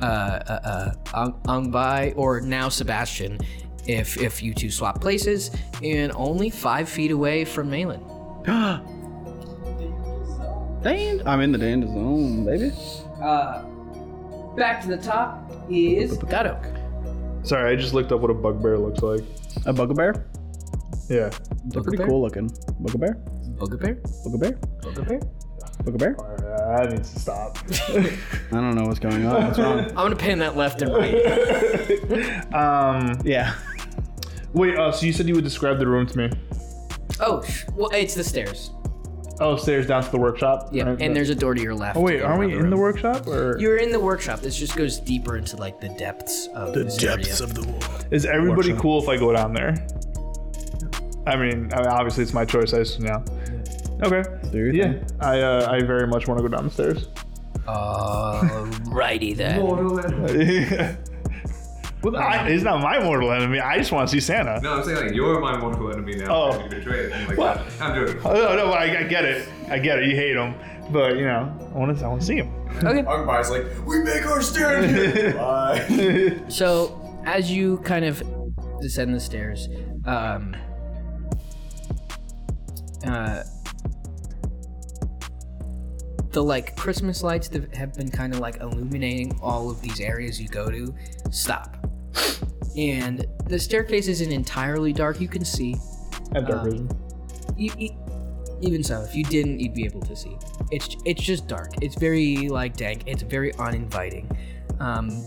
S2: uh, uh, uh, Ang Bai or now Sebastian if, if you two swap places, and only five feet away from Malin.
S6: Dand- I'm in the danger zone, baby.
S2: Uh, Back to the top is Gadok.
S5: Sorry, I just looked up what a bugbear looks like.
S6: A bugbear?
S5: Yeah.
S6: They're pretty cool looking. Bugbear? Bugbear? Bugbear? Bugbear?
S5: All right, that needs to stop.
S6: I don't know what's going on. What's wrong?
S2: I'm gonna pin that left and right.
S5: um.
S6: yeah.
S5: Wait. Uh. So you said you would describe the room to me.
S2: Oh, sh- well, it's the stairs.
S5: Oh, stairs down to the workshop.
S2: Yeah,
S5: Right,
S2: and there's a door to your left.
S5: Oh wait, aren't we in the workshop, or
S2: You're in the workshop. This just goes deeper into like the depths of the depths of the.
S5: is everybody cool if I go down there? I mean, I mean, obviously it's my choice. I assume now. Okay.
S6: your
S5: yeah. I uh, I very much want to go down the stairs.
S2: Alrighty then.
S5: well, I, it's not my mortal enemy. I just want to see Santa.
S3: No, I'm saying like you're my mortal enemy now.
S5: Oh. and you
S3: betrayed me like
S5: What?
S3: I'm doing.
S5: Oh, no, no, I, I get it. I get it. You hate him, but you know, I want to I want to see him.
S2: Okay.
S7: Ungbai's like, we make our stand here. Bye.
S2: So as you kind of descend the stairs, um, uh, the like Christmas lights that have been kind of like illuminating all of these areas you go to stop, and the staircase isn't entirely dark. You can see.
S5: At dark
S2: Um,
S5: vision.
S2: You, you- e, even so, if you didn't, you'd be able to see. It's it's just dark. It's very like dank. It's very uninviting. Um,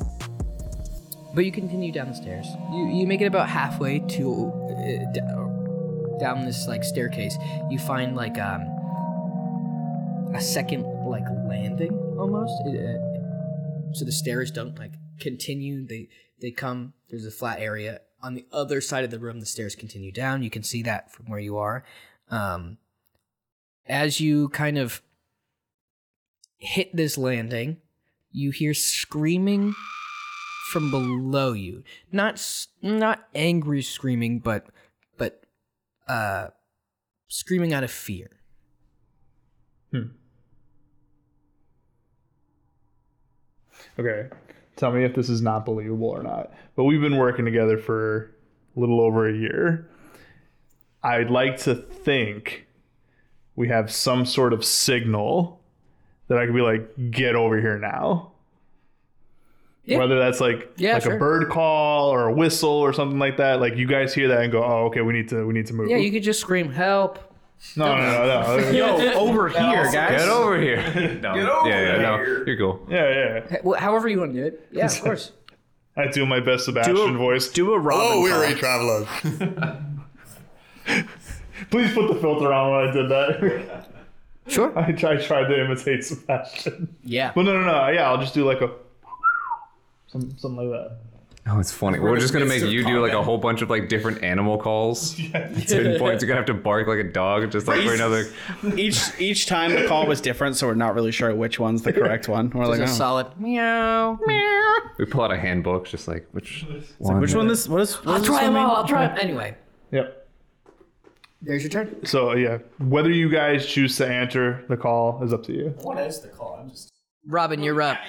S2: but you continue down the stairs. You you make it about halfway to uh, d- down this like staircase. You find like um a second like landing almost. It, uh, so the stairs don't like continue. They they come. There's a flat area on the other side of the room. The stairs continue down. You can see that from where you are um, as you kind of hit this landing, you hear screaming from below you. Not s- not angry screaming, but but uh, screaming out of fear.
S5: Okay. Tell me if this is not believable or not. But we've been working together for a little over a year. I'd like to think we have some sort of signal that I could be like, get over here now.
S2: Yeah.
S5: Whether that's like
S2: Yeah,
S5: like
S2: sure.
S5: a bird call or a whistle or something like that, like you guys hear that and go, "Oh, okay, we need to we need to move."
S2: Yeah, you could just scream help.
S5: no, no, no, no. Yo,
S6: Over here, guys.
S3: Get over here. No. Get
S4: over
S3: yeah, yeah, no,
S4: here.
S3: You're cool.
S5: yeah, yeah.
S2: H- wh- However you want to do it. Yeah, of course.
S5: I do my best Sebastian voice.
S6: Do a Robin.
S5: Oh, we're
S6: call.
S5: a traveler. Please put the filter on when I did that.
S2: Sure.
S5: I, tried, I tried to imitate Sebastian.
S2: Yeah.
S5: Well, no, no, no. Yeah, I'll just do like a some, something like that.
S3: Oh, it's funny. We're, just gonna make you do like a whole bunch of like different animal calls. At certain points, you're gonna have to bark like a dog, just like for another.
S6: Each each time the call was different, so we're not really sure which one's the correct one. We're like,
S2: A
S6: oh.
S2: solid meow.
S3: We pull out a handbook, just like which one?
S6: which one this? What is? What
S2: I'll
S6: is
S2: try
S6: this
S2: them
S6: one mean?
S2: all. I'll try them anyway.
S5: Yep.
S2: There's your turn.
S5: So yeah, whether you guys choose to answer the call is up to you.
S4: What is the call? I'm just.
S2: Robin, you're up.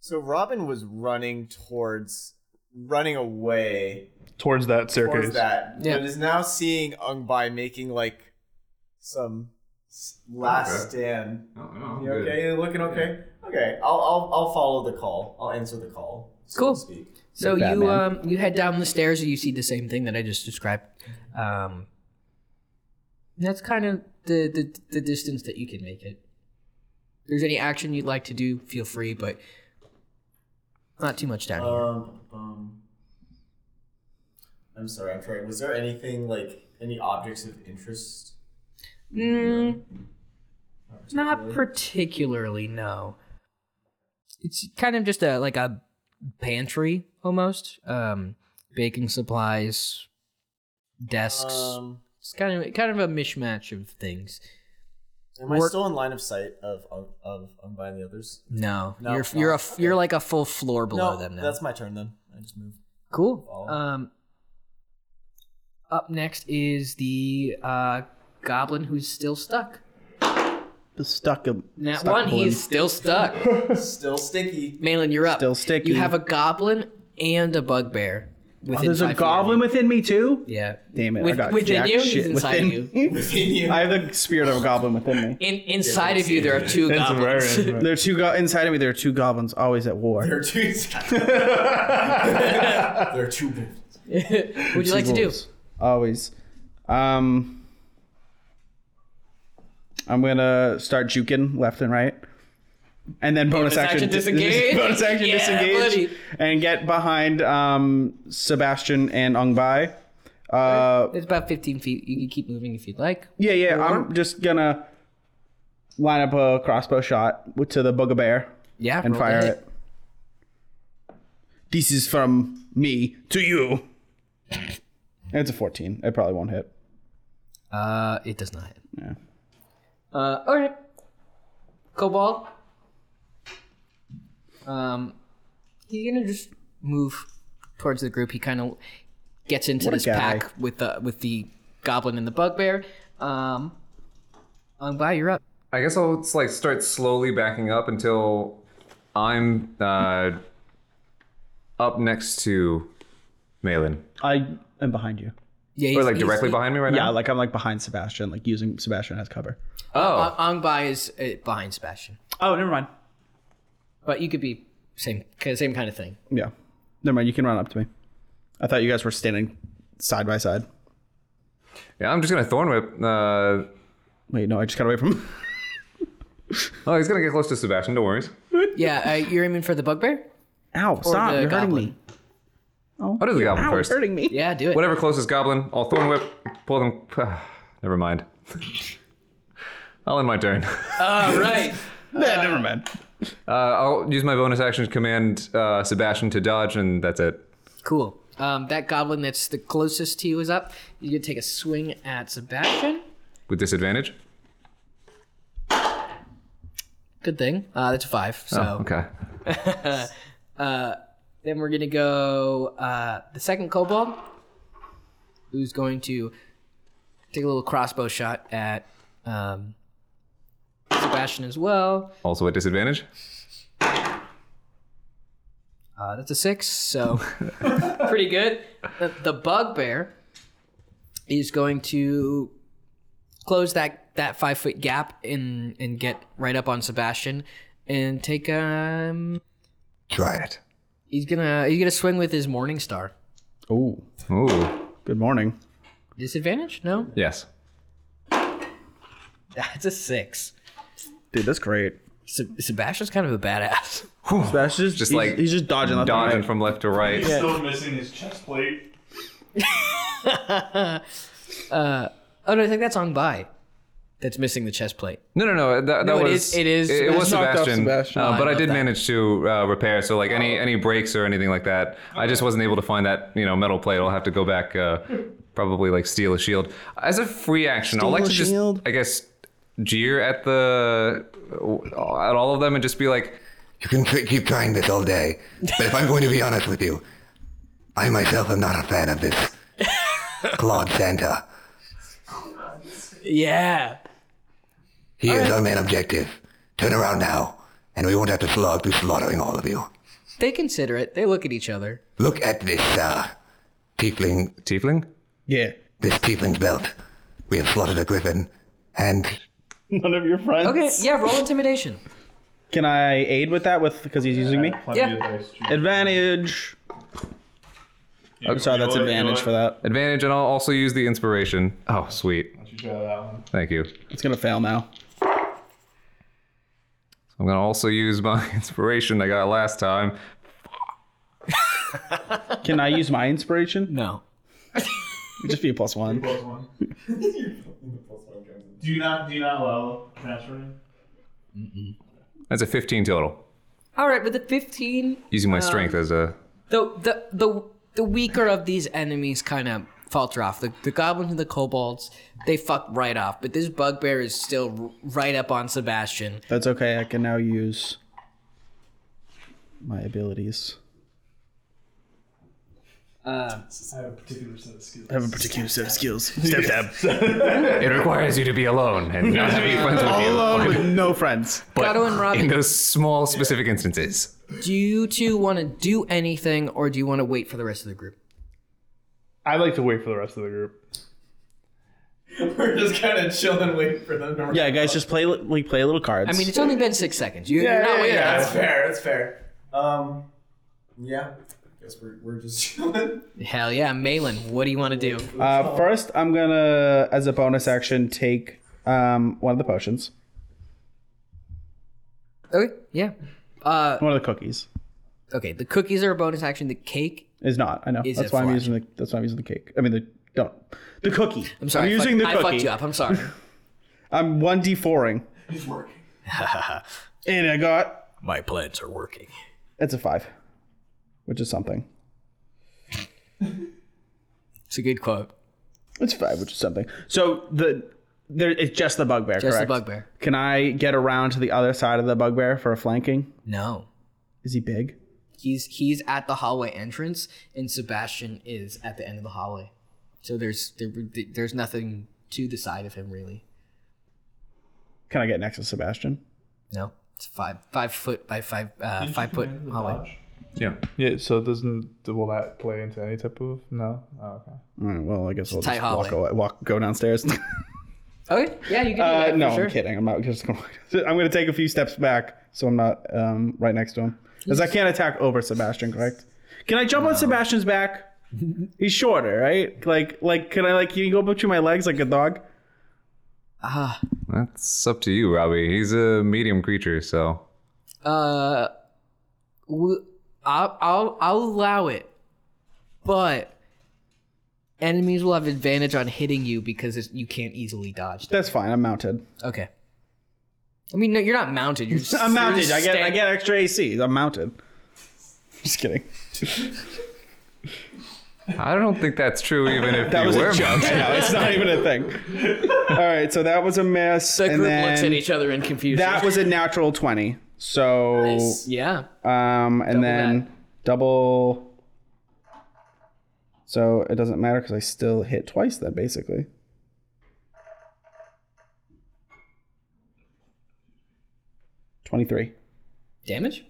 S7: So Robin was running towards, running away
S5: Towards that staircase.
S7: towards that,
S2: Yeah.
S7: but is now seeing Ungbai making like some s- last stand.
S5: Oh,
S7: You okay? You looking okay? Okay. I'll, I'll I'll follow the call. I'll answer the call. So
S2: Cool.
S7: To speak.
S2: So
S6: Batman.
S2: you um you head down the stairs and you see the same thing that I just described. Um, that's kind of the, the the distance that you can make it. If there's any action you'd like to do, feel free, but not too much down here.
S7: Um, um, I'm sorry. I'm sorry. Was there anything like any objects of interest?
S2: Mm, not particularly, no. It's kind of just a like a pantry almost. Um, baking supplies, desks.
S7: Um,
S2: it's kind of kind of a mishmash of things.
S7: am I
S2: Work-
S7: still in line of sight of of, of Ungbai and the others?
S2: No,
S7: No,
S2: you're
S7: no.
S2: you're a f you're like a full floor below
S7: no,
S2: them now.
S7: that's my turn then. I just moved.
S2: cool. Um, up next is the uh, goblin who's still stuck.
S6: Stuck him.
S2: Nat
S6: stuck
S2: one,
S6: balloon.
S2: he's still stuck.
S7: Still sticky.
S2: Malin, you're up.
S6: Still sticky.
S2: You have a goblin and a bugbear.
S6: Oh,
S2: Within
S6: there's a
S2: five feet of
S6: goblin
S2: you.
S6: within me too.
S2: Yeah.
S6: Damn it! I
S2: With-
S6: got
S2: within
S6: jack
S2: you? He's
S6: Shit.
S2: inside
S6: within
S7: Continue.
S6: I have the spirit of a goblin within me.
S2: In inside of you, there are two
S5: It's
S2: goblins.
S5: rare, isn't it?
S6: There are two go- inside of me. There are two goblins always at war.
S7: There are two. there are two. wolves.
S2: What would you like to do?
S6: Wolves. Always. Um, I'm gonna start juking left and right, and then bonus,
S2: action
S6: dis-
S2: disengage.
S6: bonus action
S2: Yeah,
S6: disengage,
S2: buddy.
S6: and get behind um, Sebastian and Ungbai. Uh,
S2: It's about 15 feet. You can keep moving if you'd like.
S6: yeah, yeah. I'm just gonna line up a crossbow shot with- to the bugbear
S2: Yeah. roll
S6: and
S2: to
S6: fire
S2: hit.
S6: it. This is from me to you. It's a 14. It probably won't hit.
S2: Uh, it does not.
S6: Yeah.
S2: Uh, all right. Cobalt. Um, he's gonna just move towards the group. He kind of gets into
S6: What a
S2: this
S6: guy.
S2: pack with the with the goblin and the bugbear. Um, um, bye. You're up.
S3: I guess I'll s- like start slowly backing up until I'm uh, up next to Malin,
S6: I am behind you.
S2: Yeah,
S3: or
S2: he's-
S3: like
S2: he's-
S3: directly behind me right
S6: Yeah,
S3: now.
S6: like I'm like behind Sebastian, like using Sebastian as cover.
S3: oh,
S2: Ang- Angbai is uh, behind Sebastian,
S6: Oh, never mind.
S2: but you could be same same kind of thing.
S6: Yeah, never mind. You can run up to me. I thought you guys were standing side by side.
S3: yeah. I'm just gonna thorn whip. Uh,
S6: Wait, no, I just got away from.
S3: oh, he's gonna get close to Sebastian. Don't worry.
S2: Yeah, uh, you're aiming for the bugbear.
S6: Ow! Stop!
S2: the
S6: You're hurting
S2: goblin.
S6: me.
S3: I'll do the goblin
S6: Ow!
S3: first.
S6: You're hurting me.
S2: Yeah, do it.
S3: Whatever closest goblin, I'll thorn whip. Pull them. Never mind. I'll end my turn.
S2: All right.
S6: Yeah, never mind.
S3: Uh, I'll use my bonus action to command uh, Sebastian to dodge, and that's it.
S2: Cool. Um, that goblin that's the closest to you is up. You could take a swing at Sebastian.
S3: With disadvantage.
S2: Good thing. Uh, that's a five. So
S3: Oh, Okay.
S2: then we're gonna go uh, the second kobold, who's going to take a little crossbow shot at um, Sebastian as well.
S3: Also at disadvantage.
S2: Uh, that's a six, so pretty good. The, the bugbear is going to close that, that five foot gap and and get right up on Sebastian and take um
S3: Try it.
S2: he's gonna he's gonna swing with his morning star.
S6: Oh,
S3: Ooh.
S6: good morning.
S2: Disadvantage? No,
S3: Yes.
S2: that's a six.
S6: Dude, that's great.
S2: Se- Sebastian's kind of a badass.
S6: Sebastian's just,
S3: Just
S6: he's,
S3: like
S6: he's just dodging left
S3: Dodging
S6: and right.
S3: from left to right.
S5: Still missing his chest plate.
S2: Oh no, I think that's on by. That's missing the chest plate.
S3: No, no, no. That, that
S2: No, it
S3: was
S2: is- it is
S3: It, was
S6: Sebastian. Knocked off
S3: Sebastian,
S6: Sebastian.
S3: uh,
S2: Oh, I
S3: but I,
S2: love
S3: did
S2: that. Oh.
S3: manage to uh, repair. So like any any breaks or anything like that, I just wasn't able to find that you know metal plate. I'll have to go back, uh, probably like steal a shield as a free action. I'll like
S6: Steal
S3: to
S6: a
S3: just
S6: shield?
S3: I guess jeer at the at all of them and just be like,
S9: You can tr- keep trying this all day, but if I'm going to be honest with you, I myself am not a fan of this Claude Santa.
S2: Yeah.
S9: He is our main objective. Turn around now, and we won't have to slog through slaughtering all of you.
S2: They consider it. They look at each other.
S9: Look at this uh, tiefling,
S3: tiefling.
S6: Yeah.
S9: this tiefling's belt. We have slaughtered a griffin, and
S5: None of your friends.
S2: Okay, yeah, roll intimidation.
S6: Can I aid with that? With because he's using me.
S5: Plenty
S2: Yeah.
S5: of dice, G.
S6: Advantage.
S5: you
S6: I'm sorry, that's
S5: know what, you know
S6: advantage
S5: what?
S6: for that.
S3: Advantage, and I'll also use the inspiration. Oh, sweet.
S5: Why don't you try that one?
S3: Thank you.
S6: It's gonna fail now.
S3: I'm gonna also use my inspiration I got last time.
S6: Can I use my inspiration?
S2: No.
S6: It'd Just be a plus one.
S5: Plus one. do you not do you not allow Oh, transferring?
S3: That's a 15 total.
S2: All right, but the 15
S3: Using my strength as a
S2: the the the the weaker of these enemies kind of falter off. The the goblins and the kobolds they fuck right off, but this bugbear is still r- right up on Sebastian.
S6: That's okay. I can now use my abilities.
S5: Uh, I have a particular set of skills.
S6: I have a particular set of skills. Step dab.
S3: It requires you to be alone and not have any friends with you.
S6: Alone with no friends.
S2: Gato and Robbie,
S3: In those small, specific instances.
S2: do you two want to do anything, or do you want to wait for the rest of the group?
S5: I like to wait for the rest of the group.
S4: We're just kind of chilling, waiting for them to.
S6: Yeah, guys, just play li- like play little cards.
S2: I mean, it's only been six seconds. You, you're not waiting.
S4: that's fair. That's fair. Um, yeah. Guess we're we're just chilling.
S2: Hell yeah, Malin, what do you want to do?
S6: uh, first I'm gonna, as a bonus action, take um, one of the potions,
S2: Okay, yeah. Uh,
S6: one of the cookies.
S2: Okay, the cookies are a bonus action. The cake.
S6: Is not. I know.
S2: Is
S6: that's
S2: a
S6: why I'm
S2: fly.
S6: using the. That's why I'm using the cake. I mean the don't the cookie.
S2: I'm sorry.
S6: I'm
S2: I fuck-
S6: using
S2: I
S6: the
S2: fucked
S6: cookie.
S2: you up. I'm sorry.
S6: I'm one d fouring,
S4: It's working.
S6: and I got
S2: My plans are working.
S6: it's a five, which is something.
S2: It's a good quote.
S6: It's five, which is something. So the there it's just the bugbear.
S2: Just
S6: correct?
S2: the bugbear.
S6: Can I get around to the other side of the bugbear for a flanking?
S2: No.
S6: Is he big?
S2: he's he's at the hallway entrance and sebastian is at the end of the hallway so there's there, there's nothing to the side of him really
S6: Can I get next to Sebastian?
S2: No, it's five five foot by five uh, five foot hallway.
S3: Yeah.
S5: Yeah, so it doesn't will that play into any type of no? Oh, okay.
S6: All right, well, I guess we'll
S2: tight
S6: just walk
S2: hallway.
S6: away, walk go downstairs.
S2: Okay, yeah, you can. Do
S6: Uh,
S2: that
S6: no,
S2: for sure.
S6: I'm kidding. I'm not just going. I'm going to take a few steps back so I'm not um, right next to him, because I can't attack over Sebastian. Correct? Can I jump on Sebastian's back? He's shorter, right? Like, like, can I like? Can you go between my legs like a dog?
S3: That's up to you, Robbie. He's a medium creature, so
S2: Uh, w- I'll, I'll I'll allow it, but enemies will have advantage on hitting you because it's, you can't easily dodge. Them.
S6: That's fine. I'm mounted.
S2: Okay. I mean, no, you're not mounted. You're just,
S6: I'm mounted.
S2: you're
S6: I get I
S2: stand-
S6: get extra AC. I'm mounted. Just kidding.
S3: I don't think that's true. Even if
S6: That
S3: you
S6: was
S3: were
S6: a joke. No, it's not even a thing. All right, so that was a miss.
S2: The
S6: and
S2: group
S6: then
S2: looks at each other in confusion.
S6: That was a natural twenty. So
S2: yeah.
S6: Um, and then
S2: that.
S6: double. So it doesn't matter because I still hit twice then, basically. Twenty-three.
S2: Damage.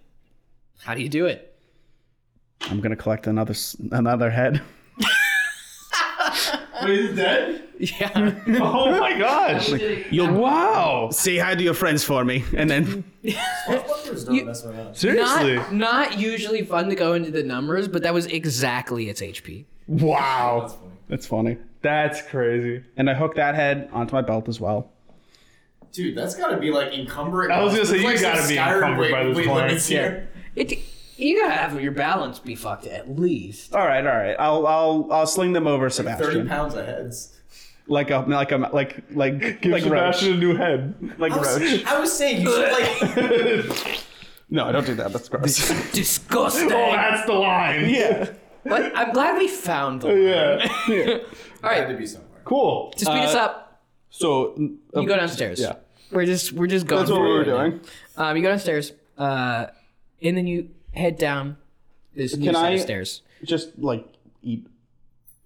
S2: How do you do it?
S6: I'm gonna collect another s- another head.
S4: Wait, is it dead?
S2: Yeah.
S5: Oh my gosh!
S6: You'll
S5: wow!
S6: say hi to your friends for me, and then
S4: Fuckers don't mess around.
S5: Seriously?
S2: not not usually fun to go into the numbers, but that was exactly its HP.
S5: Wow!
S6: that's funny.
S5: That's crazy.
S6: And I hook that head onto my belt as well.
S7: Dude, that's gotta be like encumbering.
S5: I was gonna
S7: us.
S5: say,
S7: It's
S5: you
S7: like
S5: gotta
S7: some
S5: be
S7: Skyrim
S5: encumbered by this
S7: weight
S5: point.
S7: limits here.
S2: It you gotta have your balance be fucked at least.
S6: All right, all right. I'll I'll I'll sling them over
S7: Thirty
S6: Sebastian,
S7: pounds of heads.
S6: like a like a like like
S5: Give
S6: like
S5: Sebastian
S6: Roach.
S5: a new head.
S6: Like
S7: I was,
S6: Roach.
S7: I was saying you should like.
S6: No, don't do that. That's gross.
S2: Disgusting.
S5: Oh, that's the line.
S6: yeah.
S2: but I'm glad we found them.
S5: Yeah.
S2: All
S7: had to
S2: right,
S7: be somewhere.
S5: Cool.
S2: to speed us up,
S6: So
S2: you go downstairs.
S6: Uh, yeah.
S2: We're just we're just going.
S6: That's what we
S2: for
S6: were
S2: it.
S6: doing.
S2: Um, you go downstairs, uh, and then you head down this new
S6: Can
S2: set
S6: I-
S2: of stairs.
S6: Just like eat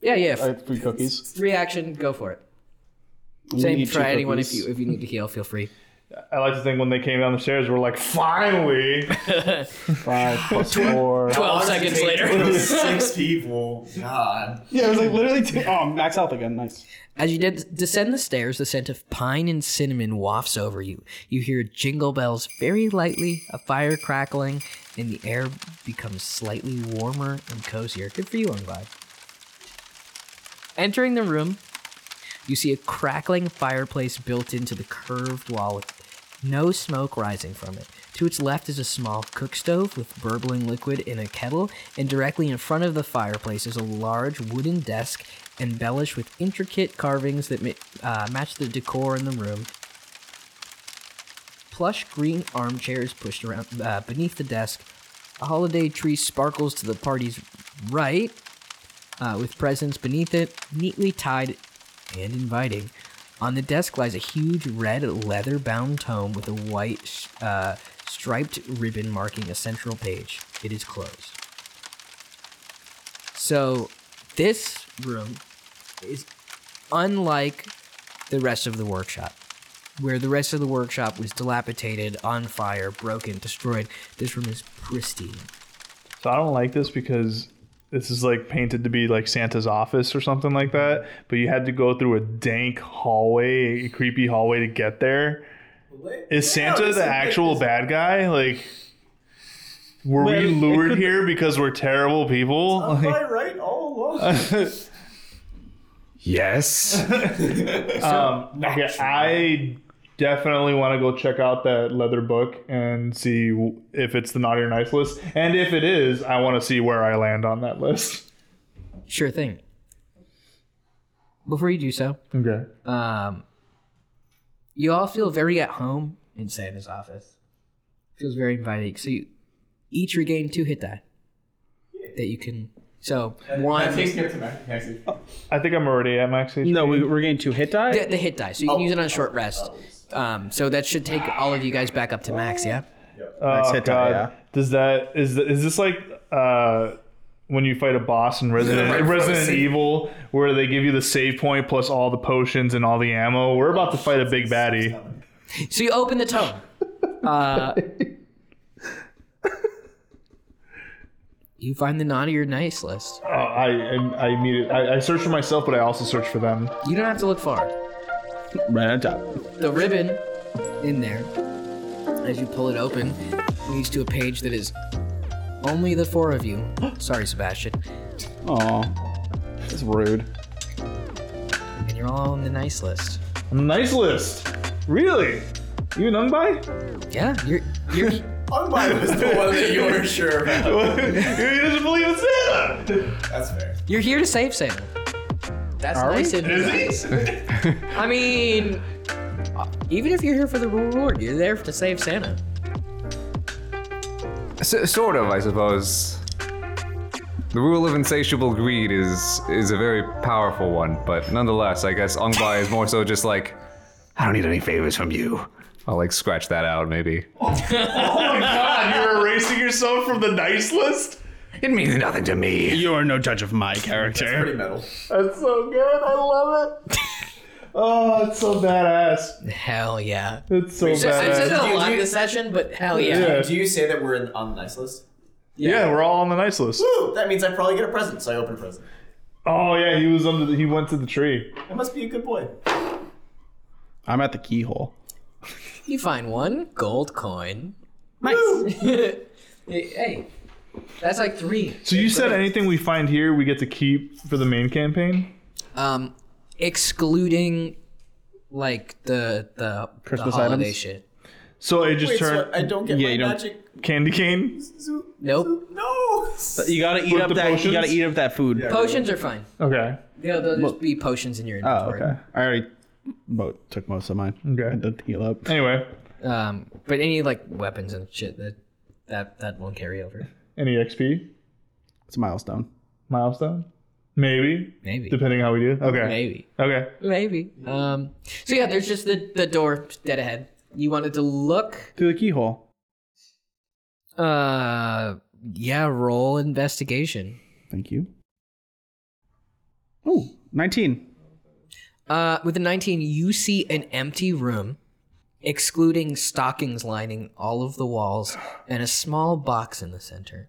S2: Yeah, yeah.
S6: I have three cookies.
S2: Reaction, go for it.
S6: I'm gonna
S2: Same
S6: eat
S2: for
S6: two
S2: anyone if
S6: cookies.
S2: you if you need to heal, feel free.
S5: I like to think when they came down the stairs, we're like, finally.
S6: Five plus four.
S2: Twelve seconds later.
S7: Six people. God.
S6: Yeah, it was like literally two. Oh, max health again. Nice.
S2: As you did descend the stairs, the scent of pine and cinnamon wafts over you. You hear jingle bells very lightly, a fire crackling, and the air becomes slightly warmer and cozier. Good for you, Ungvad. Entering the room, you see a crackling fireplace built into the curved wall with no smoke rising from it. To its left is a small cook stove with burbling liquid in a kettle, and directly in front of the fireplace is a large wooden desk embellished with intricate carvings that ma- uh, match the decor in the room. Plush green armchairs pushed around uh, beneath the desk. A holiday tree sparkles to the party's right, uh, with presents beneath it, neatly tied and inviting. On the desk lies a huge red leather bound tome with a white uh, striped ribbon marking a central page. It is closed. So, this room is unlike the rest of the workshop, where the rest of the workshop was dilapidated, on fire, broken, destroyed. This room is pristine.
S5: So I don't like this because this is like painted to be like Santa's office or something like that. But you had to go through a dank hallway, a creepy hallway to get there. Is Santa the actual bad guy? Like, were we
S6: Well, it
S5: lured
S6: could-
S5: here because we're terrible people?
S4: Am
S5: Like,
S4: I right all along?
S8: Yes.
S5: um, okay, I definitely want to go check out that leather book and see w- if it's the naughty or nice list. And if it is, I want to see where I land on that list.
S2: Sure thing. Before you do so,
S5: Okay.
S2: Um, you all feel very at home in Santa's office. Feels very inviting. So you each regain two hit die that you can. So one the,
S5: I think I'm already at max HP.
S6: No, we regained two hit die.
S2: the hit die. So you can use it on a short rest. Um, so that should take all of you guys back up to max. Yeah.
S5: Oh,
S6: Uh, hit
S5: God.
S6: die, yeah.
S5: Does that is th- is this like uh, when you fight a boss in Resident Resident Evil where they give you the save point plus all the potions and all the ammo? We're about to fight a big baddie.
S2: So you open the tome. Uh, you find the naughty or nice list.
S5: Uh, I I, I immediately I, I search for myself, but I also search for them.
S2: You don't have to look far.
S6: Right on top.
S2: the ribbon in there, as you pull it open, leads to a page that is only the four of you. Sorry, Sebastian.
S6: Aw. That's rude.
S2: And you're all on the nice list.
S5: Nice list. Really? You an by?
S2: Yeah, you're. you're
S4: Unbind was the one that you were sure about.
S5: you doesn't believe in Santa.
S4: That's fair.
S2: you're here to save Sam. That's nice. of you guys. I mean, uh, even if you're here for the reward, you're there to save Santa.
S3: S- sort of, I suppose. The rule of insatiable greed is is a very powerful one, but nonetheless, I guess Ongbai is more so just like
S8: I don't need any favors from you.
S3: I'll like scratch that out maybe.
S5: God, you're erasing yourself from the nice list.
S8: It means nothing to me.
S6: You are no judge of my character.
S4: Pretty metal.
S5: That's so good. I love it. Oh, it's so badass.
S2: Hell yeah.
S5: It's so
S2: I said
S5: badass.
S2: that a
S4: you-
S2: lot
S4: you-
S2: this session, but hell yeah.
S5: Yeah.
S4: Do you say that we're in, on the nice list?
S5: Yeah, we're all on the nice list.
S4: Ooh, that means I probably get a present, so I open a present.
S5: Oh yeah, he was under. The, he went to the tree.
S4: I must be a good boy.
S6: I'm at the keyhole.
S2: You find one gold coin. Nice. hey, hey, that's like three.
S5: So you said anything we find here, we get to keep for the main campaign.
S2: Um, excluding like the the
S6: Christmas
S2: the holiday
S6: items?
S2: shit.
S5: So it just
S4: Wait, so
S5: turned
S4: I don't get
S6: Yeah,
S4: my
S6: you don't-
S4: magic.
S5: candy cane.
S2: Nope.
S4: No.
S6: You gotta eat
S5: With
S6: up
S5: the
S6: that. You
S5: potions?
S6: gotta eat up that food.
S2: Potions are fine.
S5: Okay.
S2: There'll, there'll just be potions in your
S6: Oh,
S2: inventory.
S6: okay. I already mo- took most of mine.
S5: Okay.
S6: I didn't heal up.
S5: Anyway,
S2: Um, but any like weapons and shit that that that won't carry over.
S5: any XP
S6: It's a milestone.
S5: milestone? Maybe,
S2: Maybe.
S5: depending how we do. Okay.
S2: Maybe.
S5: Okay.
S2: Maybe. Um. So yeah, there's just the the door dead ahead. You wanted to look.
S6: Through the keyhole.
S2: Uh. Yeah. Roll investigation.
S6: Thank you. Oh, 19.
S2: Uh, with a 19, you see an empty room, excluding stockings lining all of the walls, and a small box in the center.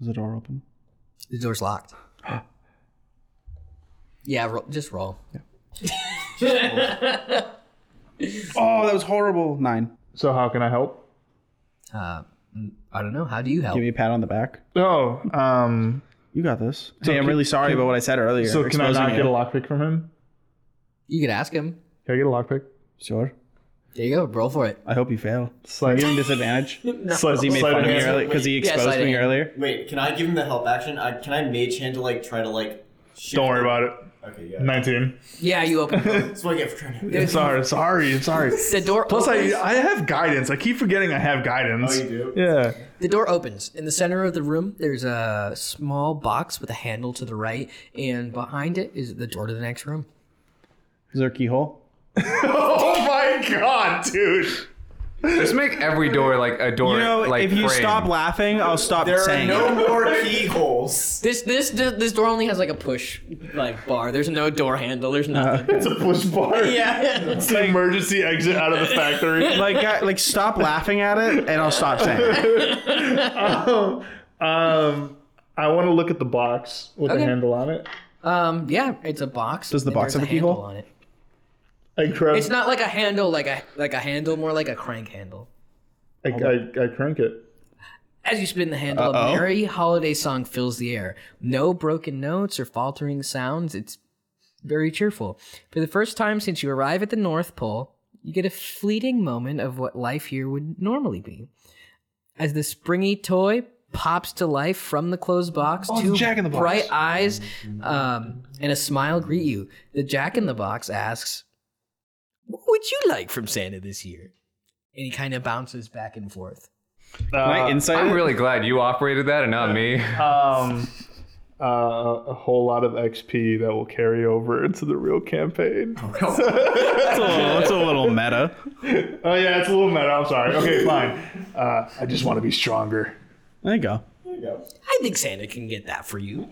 S6: Is the door open?
S2: The door's locked. Yeah, roll, just roll.
S6: Oh, that was horrible. Nine.
S5: So how can I help?
S2: Uh, mm, I don't know. How do you help?
S6: Give me a pat on the back.
S5: Oh, um.
S6: You got this. hey, I'm
S5: can-
S6: really sorry about what I said earlier.
S5: So can I
S6: exposing
S5: not
S6: you.
S5: get a lockpick from him?
S2: You could ask him.
S5: Can I get a lockpick?
S6: Sure.
S2: There you go. Roll for it.
S6: I hope you fail.
S5: Slight,
S6: Giving disadvantage because
S5: slight,
S6: he made
S5: sleight
S6: fun
S5: of
S6: of me
S5: hand.
S6: earlier because he
S2: Yeah,
S6: exposed
S2: sleight of
S6: me
S2: hand.
S6: earlier.
S4: Wait, can I give him the help action? I, can I mage hand to like try to like? shift-
S5: Don't worry about it.
S4: Okay, yeah.
S5: Nineteen.
S2: Yeah, you open the door.
S4: That's what I get for trying to.
S5: I'm sorry. Sorry. I'm sorry.
S2: The door,
S5: Plus, I
S2: opens,
S5: I have guidance. I keep forgetting I have guidance.
S4: Oh, you do?
S5: Yeah.
S2: the door opens. In the center of the room, there's a small box with a handle to the right, and behind it is the door to the next room.
S6: Is there a keyhole?
S5: Oh my god, dude.
S3: Just make every door like a door like frame.
S6: laughing, I'll stop
S4: There are no more keyholes.
S2: This this this door only has like a push like bar. There's no door handle. There's nothing.
S5: It's a push bar.
S2: yeah.
S5: It's the emergency exit out of the factory.
S6: Like, I- like, stop laughing at it, and I'll stop saying. it.
S5: um, I want to look at the box with the
S2: Okay.
S5: handle on it.
S2: Um. Yeah. It's a box.
S6: Does the
S2: and
S6: box
S2: there's
S6: have a keyhole?
S2: handle On it.
S5: I grab.
S2: It's not like a handle, like a like a handle, more like a crank handle.
S5: I, I, I crank it.
S2: As you spin the handle, a merry holiday song fills the air. No broken notes or faltering sounds. It's very cheerful. For the first time since you arrive at the North Pole, you get a fleeting moment of what life here would normally be. As the springy toy pops to life from the closed box,
S5: Oh, it's
S2: two
S5: Jack in the Box.
S2: bright eyes um, and a smile greet you. The Jack in the Box asks, What would you like from Santa this year? And he kind of bounces back and forth.
S6: Can
S5: Uh,
S6: I insight
S3: I'm
S6: it?
S3: really glad you operated that and not me.
S5: um, uh, a whole lot of XP that will carry over into the real campaign.
S6: That's a little, that's a little meta.
S5: Oh yeah, it's a little meta. I'm sorry. Okay, fine. Uh, I just want to be stronger.
S6: There you go.
S2: I think Santa can get that for you.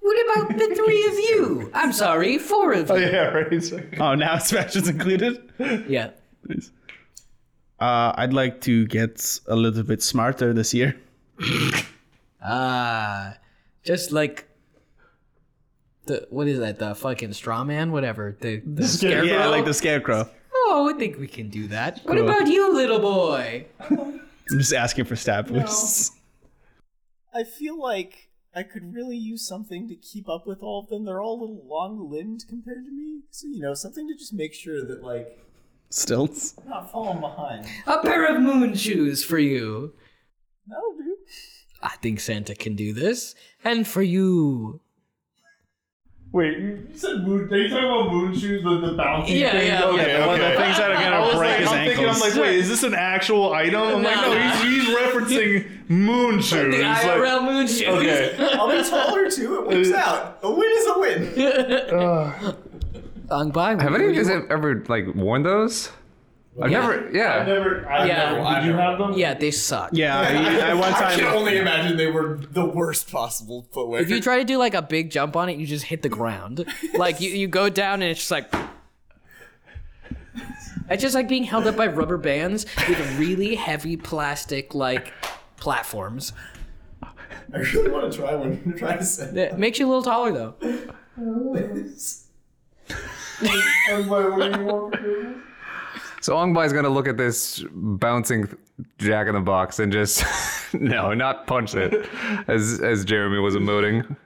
S2: What about the three of you? I'm sorry, four of you.
S5: Yeah, right. So,
S6: Oh, now Smash is included?
S2: Yeah.
S6: Uh, I'd like to get a little bit smarter this year.
S2: Ah, just like the what is that? The fucking straw man, whatever. The, the scarecrow.
S6: Yeah, like the scarecrow.
S2: Oh, I think we can do that. What about you, little boy?
S6: I'm just asking for stab boosts.
S4: I feel like I could really use something to keep up with all of them. They're all a little long limbed compared to me. So, you know, something to just make sure that, like,
S6: Stilts.
S4: I'm not falling behind.
S2: A pair of moon shoes for you.
S4: That'll do.
S2: I think Santa can do this, and for you.
S5: wait, you said moon? Are you talking about moon shoes with the bouncy
S2: Yeah,
S5: thing?
S2: yeah, yeah.
S5: okay, okay.
S6: One of the things that are
S5: I
S6: going
S5: was
S6: to break
S5: like,
S6: his
S5: I'm thinking, I'm
S6: ankles.
S5: like, wait, is this an actual item? I'm like,
S2: No.
S5: no, he's, he's referencing moon shoes.
S2: The
S5: Like,
S2: IRL moon shoes.
S5: okay.
S4: I'll be taller too. It works out. A win is a win.
S2: Ung Bai,
S3: Have any of
S2: what
S3: you
S2: do
S3: guys ever like worn those? I've
S2: Yeah.
S3: never. Yeah.
S5: I've never. I've
S2: Yeah.
S5: never- Did you have them?
S2: Yeah, they suck.
S6: Yeah, I, I one
S4: I can
S6: time.
S4: only imagine they were the worst possible footwear.
S2: If you try to do like a big jump on it, you just hit the ground. like you, you go down and it's just like It's just like being held up by rubber bands with really heavy plastic like platforms.
S4: I really want to try one. I'm gonna try to send
S2: That makes you a little taller though.
S3: So Ongbai's gonna look at this bouncing Jack in the Box and just no, not punch it, as as Jeremy was emoting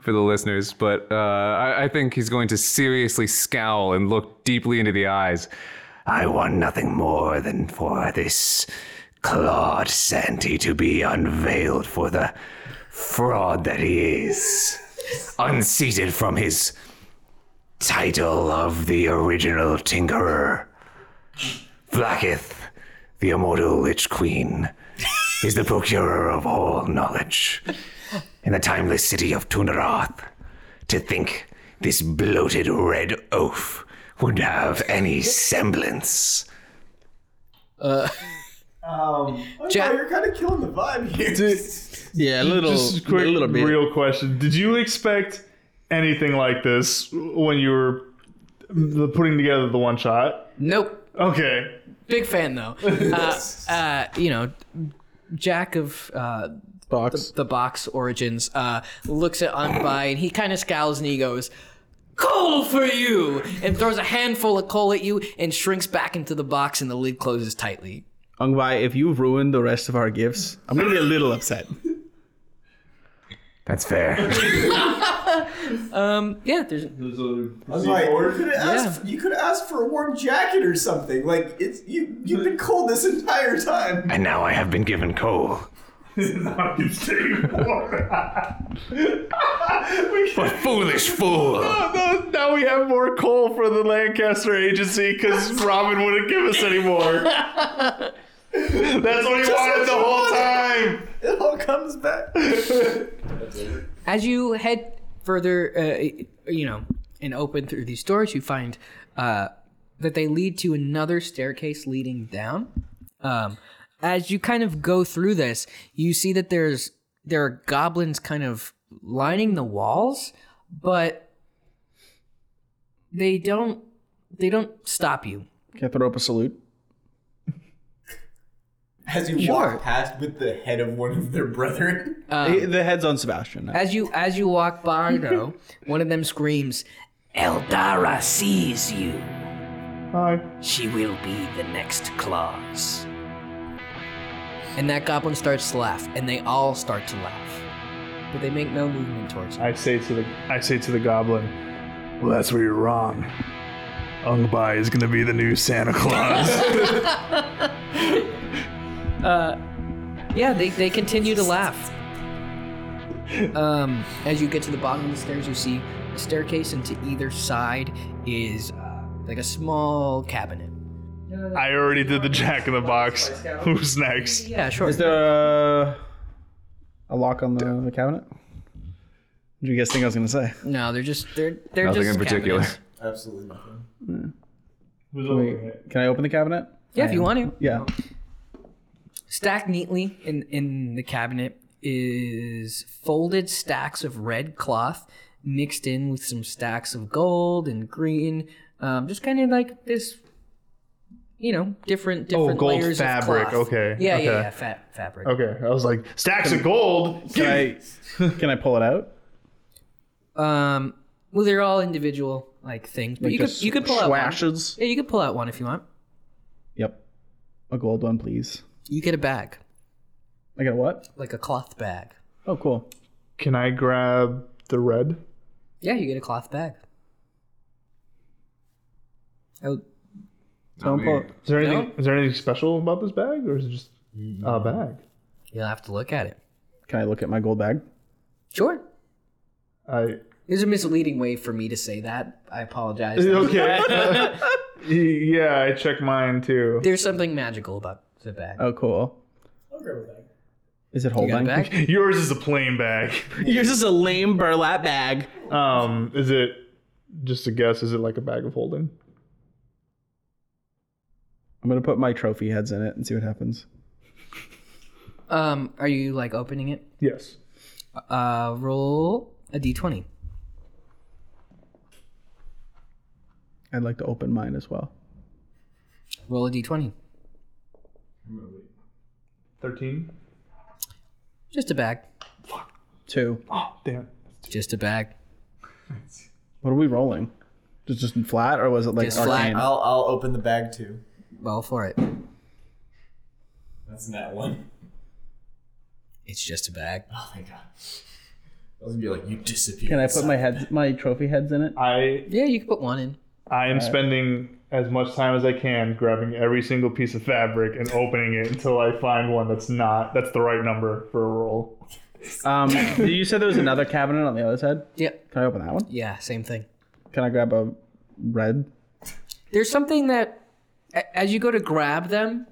S3: for the listeners. But uh, I, I think he's going to seriously scowl and look deeply into the eyes.
S8: I want nothing more than for this clawed Santy to be unveiled for the fraud that he is, unseated from his title of the original Tinkerer. Blacketh, the immortal Lich Queen, is the procurer of all knowledge in the timeless city of Tunaroth. To think this bloated red oaf would have any semblance.
S4: Um, oh,
S2: Jack-
S4: you're kind of killing the vibe here.
S6: Yeah, a little,
S5: Just a quick,
S6: a little bit.
S5: real question. Did you expect anything like this when you were putting together the one shot?
S2: Nope.
S5: Okay.
S2: Big fan though. Uh, uh, you know, Jack of uh,
S6: box.
S2: the box origins uh, looks at Anbai and he kind of scowls and he goes coal for you and throws a handful of coal at you and shrinks back into the box and the lid closes tightly
S6: Ung Bai, if you ruin the rest of our gifts, I'm gonna be a little upset.
S8: That's fair.
S2: yeah there's
S4: Like, you could have asked, you could ask for a warm jacket or something. Like it's you. You've been cold this entire time.
S8: and now I have been given coal. But foolish fool!
S5: Now now we have more coal for the Lancaster agency because Robin wouldn't give us any more. That's what he wanted the whole time.
S4: It all comes back.
S2: as you head further uh, you know and open through these doors you find uh, that they lead to another staircase leading down um, as you kind of go through this you see that there's there are goblins kind of lining the walls but they don't they don't stop you
S6: Can I throw up a salute?
S4: As you
S2: Sure.
S4: walk past with the head of one of their brethren,
S6: Eh, the head's on Sebastian. now.
S2: Um, as you as you walk by though one of them screams eldara sees you
S5: Hi.
S2: She will be the next claws. And that goblin starts to laugh, and they all start to laugh. But they make no movement towards you.
S5: I say to the I say to the goblin, "Well, that's where you're wrong. Ungbai is gonna be the new Santa Claus."
S2: Yeah, they, they continue to laugh. Um, as you get to the bottom of the stairs, you see a staircase, and to either side is uh, like a small cabinet.
S5: I already did the Jack in the Box. Who's next?
S2: Yeah, sure.
S6: Is there a, a lock on the, the cabinet? What do you guys think I was gonna say?
S2: no, they're just they're they're
S3: Nothing
S2: just
S3: in particular.
S2: cabinets.
S4: absolutely nothing.
S6: Can I open the cabinet?
S2: Yeah, if you want to.
S6: Yeah.
S2: Stacked neatly in in the cabinet is folded stacks of red cloth mixed in with some stacks of gold and green. Um, just kind of like this, you know, different different
S5: Oh, gold
S2: layers
S5: fabric,
S2: of cloth.
S5: okay,
S2: Yeah, yeah,
S5: okay.
S2: yeah, fa- fabric.
S5: Okay, I was like stacks of gold.
S6: Can I, can I pull it out?
S2: Um, well, they're all individual like things, but you could
S6: Just
S2: you could pull out one.
S6: swashes.
S2: Yeah, you could pull out one if you want.
S6: Yep, a gold one, please.
S2: You get a bag,
S6: I got a what?
S2: like a cloth bag.
S6: Oh, cool.
S5: Can I grab the red?
S2: Yeah, you get a cloth bag. Oh,
S6: Don't pull. it.
S5: Is there anything? Is there anything special about this bag, or is it just a bag?
S2: you'll have to look at it.
S6: Can I look at my gold bag?
S2: Sure.
S5: I
S2: There's a misleading way for me to say that. I apologize.
S5: okay. yeah, I check mine too.
S2: There's something magical about the bag.
S6: Oh, cool. Is it
S2: you got a
S6: holding?
S2: bag?
S5: Yours is a plain bag.
S10: Yours is a lame burlap bag.
S5: Um, is it just a guess? Is it like a bag of holding?
S6: I'm gonna put my trophy heads in it and see what happens.
S2: Um, are you like opening it?
S5: Yes.
S2: Uh, roll a d20.
S6: I'd like to open mine as well.
S2: Roll a d20.
S5: Thirteen.
S2: Just a bag.
S6: Two.
S5: Ah, Damn.
S2: Just a bag.
S6: What are we rolling? Just just flat, or was it like
S2: Just flat.
S6: arcane?
S7: I'll I'll open the bag too.
S2: Well, for it.
S7: That's not one.
S2: It's just a bag.
S7: Oh my god. I was gonna be like, you disappeared.
S6: Can I put my heads, my trophy heads in it?
S5: I
S2: Yeah, you can put one in.
S5: I am spending as much time as I can grabbing every single piece of fabric and opening it until I find one that's not that's the right number for a roll.
S6: Um, you said there was another cabinet on the other side.
S2: Yeah.
S6: Can I open that one?
S2: Yeah, same thing.
S6: Can I grab a red?
S2: There's something that, a- as you go to grab them,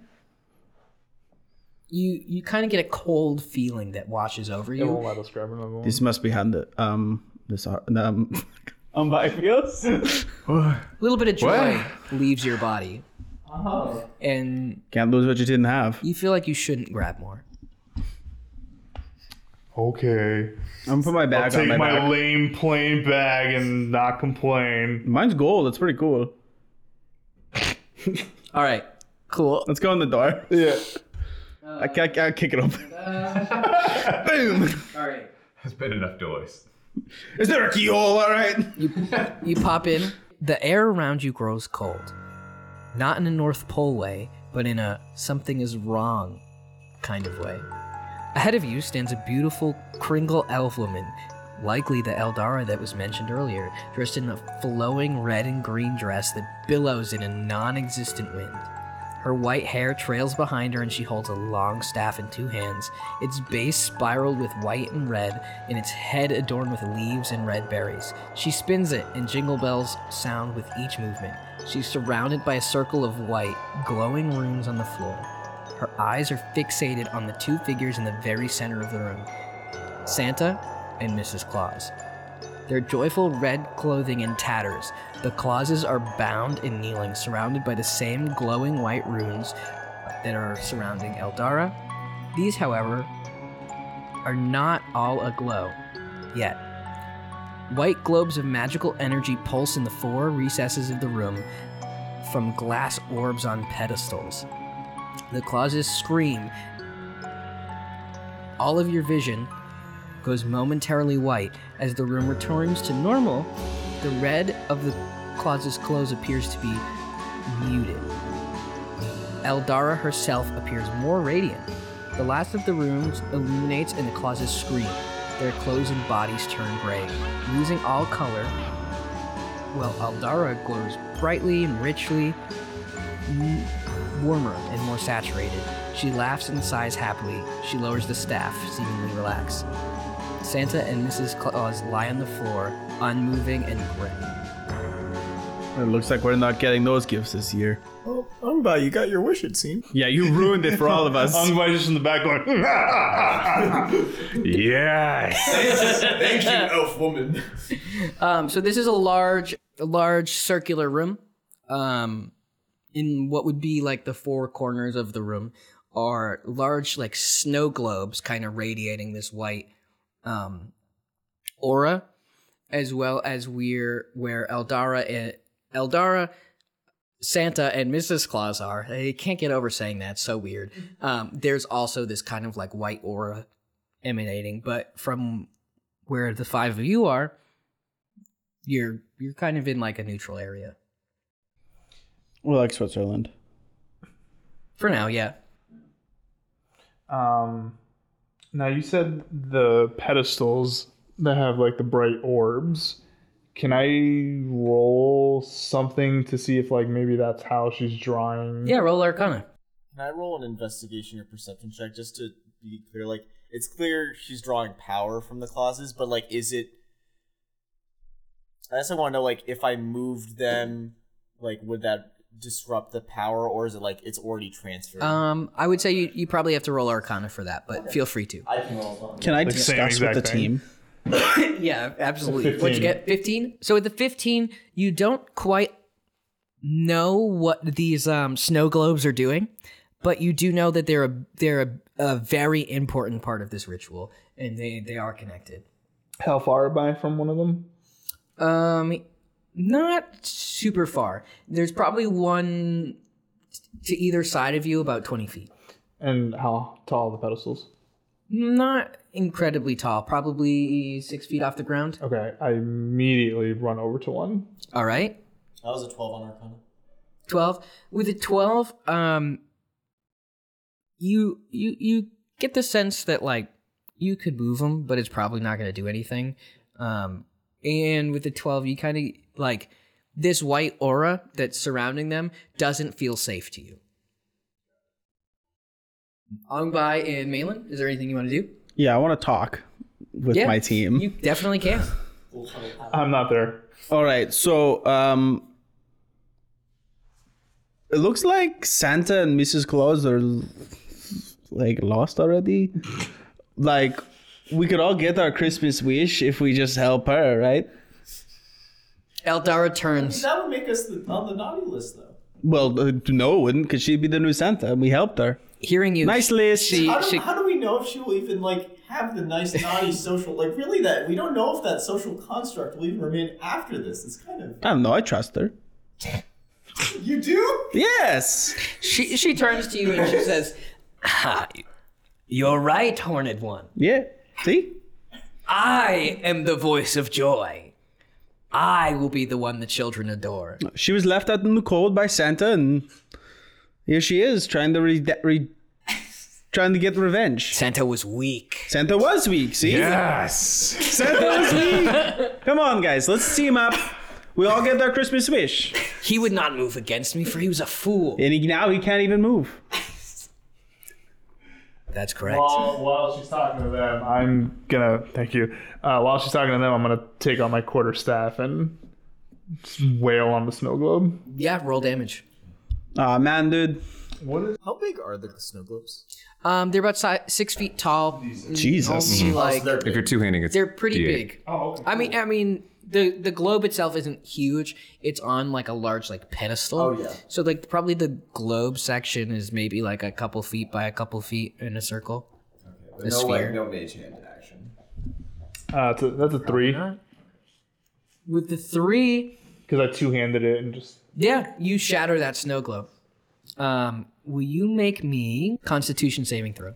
S2: you you kind of get a cold feeling that washes over
S5: It won't
S2: you.
S5: let us grab another one.
S6: This must be hand um this are- um.
S10: On Biofios?
S2: A little bit of joy leaves your body, Oh. and
S6: Can't lose what you didn't have.
S2: you feel like you shouldn't grab more.
S5: Okay.
S6: I'm gonna put my bag
S5: I'll
S6: on
S5: take
S6: my,
S5: my
S6: back.
S5: lame plain bag and not complain.
S6: Mine's gold. It's pretty cool.
S2: All right, cool.
S6: Let's go in the door.
S5: Yeah.
S6: I, I, I kick it open. Uh, Boom.
S2: All right,
S3: There's been enough doors.
S6: Is there a keyhole? All right.
S2: you pop in. The air around you grows cold, not in a North Pole way, but in a something is wrong kind of way. Ahead of you stands a beautiful Kringle elf woman, likely the Eldara that was mentioned earlier, dressed in a flowing red and green dress that billows in a non existent wind. Her white hair trails behind her, and she holds a long staff in two hands, its base spiraled with white and red, and its head adorned with leaves and red berries. She spins it, and jingle bells sound with each movement. She's surrounded by a circle of white, glowing runes on the floor. Her eyes are fixated on the two figures in the very center of the room Santa and Mrs. Claus. Their joyful red clothing in tatters, the Clauses are bound and kneeling, surrounded by the same glowing white runes that are surrounding Eldara. These, however, are not all aglow yet. White globes of magical energy pulse in the four recesses of the room from glass orbs on pedestals. The clauses scream. All of your vision goes momentarily white as the room returns to normal. The red of the clauses' clothes appears to be muted. Eldara herself appears more radiant. The last of the rooms illuminates and the clauses scream. Their clothes and bodies turn gray, losing all color, while Eldara glows brightly and richly, warmer and more saturated. She laughs and sighs happily. She lowers the staff, seemingly relaxed. Santa and Mrs. Claus lie on the floor, unmoving and grim.
S6: It looks like we're not getting those gifts this year.
S4: Well, Ungba, you got your wish, it seems.
S6: Yeah, you ruined it for all of us.
S5: Everybody's just in the back going,
S8: Yes.
S7: Thank you, elf woman.
S2: Um, so this is a large, a large circular room. Um, in what would be like the four corners of the room, are large, like snow globes, kind of radiating this white um, aura, as well as we're where Eldara, and, Eldara, Santa, and Mrs. Claus are. I can't get over saying that. So weird. Um, there's also this kind of like white aura emanating, but from where the five of you are, you're you're kind of in like a neutral area
S6: We like Switzerland.
S2: for now. Yeah.
S5: Um, now you said the pedestals that have like the bright orbs. Can I roll something to see if like maybe that's how she's drawing?
S2: Yeah. Roll Arcana.
S7: Can I roll an investigation or perception check just to be clear? Like, it's clear she's drawing power from the clauses, but like, is it? I also want to know, like, if I moved them, like, would that disrupt the power, or is it like it's already transferred?
S2: Um, I would say you, you probably have to roll Arcana for that, but feel free to.
S7: I can roll. as well.
S6: Can I
S5: Like same
S6: discuss with the
S5: exact thing.
S6: team?
S2: yeah, absolutely.
S5: 15.
S2: What'd you get? 15? So with the 15, you don't quite know what these um, snow globes are doing, but you do know that they're a they're a, a very important part of this ritual, and they they are connected.
S5: How far am I from one of them?
S2: Um, not super far. There's probably one to either side of you, about 20 feet.
S5: And how tall are the pedestals?
S2: Not incredibly tall, probably six feet off the ground.
S5: Okay, I immediately run over to one.
S2: All right.
S7: That was a twelve on Arcana.
S2: 12 with a 12 um you you you get the sense that like you could move them but it's probably not going to do anything um and with the 12 you kind of like this white aura that's surrounding them doesn't feel safe to you Ongbai and Malin, is there anything you want to do?
S6: Yeah, I want to talk with my team.
S2: You definitely can.
S5: I'm not there.
S6: All right, so um, it looks like Santa and Mrs. Claus are like lost already. like we could all get our Christmas wish if we just help her, right?
S2: Eldara turns.
S4: That would make us the, on the naughty list, though.
S6: Well, uh, no, it wouldn't, because she'd be the new Santa, and we helped her.
S2: Hearing you,
S6: Nice list.
S2: she,
S4: How do,
S2: she
S4: how do we know if she will even like have the nice naughty social? Like really, that we don't know if that social construct will even remain after this. It's kind of
S6: I don't know. I trust her.
S4: you do.
S6: Yes.
S2: She she turns to you and she says, ah, "You're right, Horned One.
S6: Yeah. See.
S2: I am the voice of joy. I will be the one the children adore."
S6: She was left out in the cold by Santa, and here she is trying to re, re- trying to get revenge.
S2: Santa was weak.
S6: Santa was weak. See,
S3: Yes.
S6: Santa was weak. Come on, guys, let's team up. We all get our Christmas wish,
S2: He would not move against me, for he was a fool.
S6: and he, now he can't even move.
S2: That's correct.
S5: While, while she's talking to them, I'm gonna thank you. Uh, while she's talking to them, I'm gonna take out my quarter staff and just wail on the snow globe.
S2: Yeah, roll damage.
S6: Ah, man, dude.
S5: What is?
S7: How big are the snow globes?
S2: Um, they're about si- six feet tall.
S6: Jesus.
S4: Mm.
S2: Only, like
S7: They're
S3: If
S7: big.
S3: you're two handing, it's
S2: they're pretty
S3: D8.
S2: big.
S5: oh,
S2: I mean, I mean, the the globe itself isn't huge. It's on like a large like pedestal. Oh yeah. So like probably the globe section is maybe like a couple feet by a couple feet in a circle.
S7: But no, like, no mage hand action.
S5: Uh, it's a- that's a three
S2: With the three,
S5: because I two handed it and just
S2: yeah, you shatter that snow globe. Um, will you make me Constitution saving throw?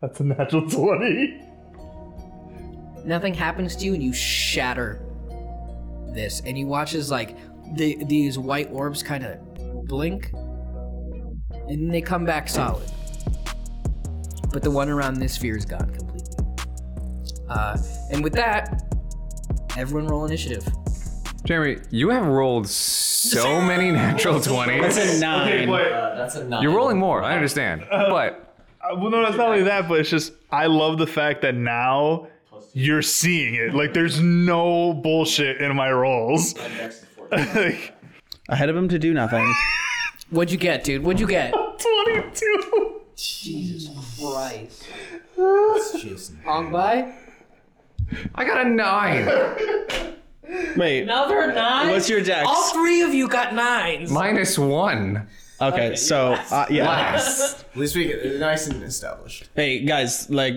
S5: that's a natural twenty.
S2: Nothing happens to you, and you shatter this, and you watch as like the, these white orbs kind of blink, and then they come back solid. But the one around this sphere is gone completely. Uh, and with that, everyone roll initiative.
S3: Jeremy, you have rolled so many natural twenties.
S6: Nine.
S7: Uh, that's a nine.
S3: You're rolling more. I understand, but
S5: Uh, well, no, it's not only that, but it's just I love the fact that now you're seeing it. Like, there's no bullshit in my rolls. Like,
S6: Ahead of him to do nothing.
S2: What'd you get, dude? What'd you get?
S5: 22.
S2: Christ.
S7: Jason.
S2: Ongbai?
S3: I got a nine
S6: Wait,
S2: Another nine?
S6: what's your dex?
S2: All three of you got nines.
S3: minus one.
S6: Okay, so uh, yeah.
S4: At least we get nice and established.
S6: Hey guys, like,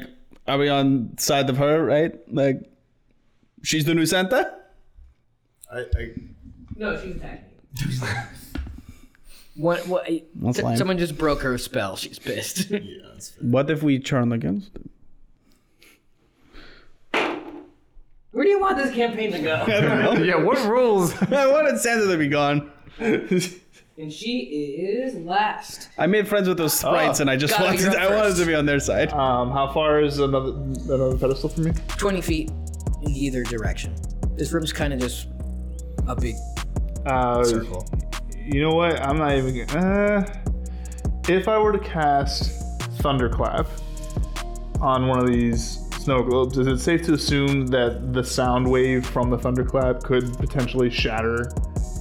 S6: are we on side of her? Right? Like, she's the new Santa.
S4: I, I,
S2: No, she's attacking. what? What?
S6: That's
S2: s-
S6: lame.
S2: someone just broke her spell. She's pissed.
S6: What if we turn against? Them?
S2: Where do you want this campaign to go?
S3: yeah, what rules?
S6: I wanted Santa to be gone.
S2: and she is last.
S6: I made friends with those sprites,
S5: Oh.
S6: and I just
S2: Gotta
S6: wanted
S2: go
S6: I wanted
S2: first.
S6: to be on their side.
S5: Um, how far is another another pedestal from me?
S2: Twenty feet in either direction. This room's kind of just a big
S5: Uh,
S2: circle.
S5: You know what? I'm not even. gonna- Uh, if I were to cast thunderclap on one of these snow globes, is it safe to assume that the sound wave from the thunderclap could potentially shatter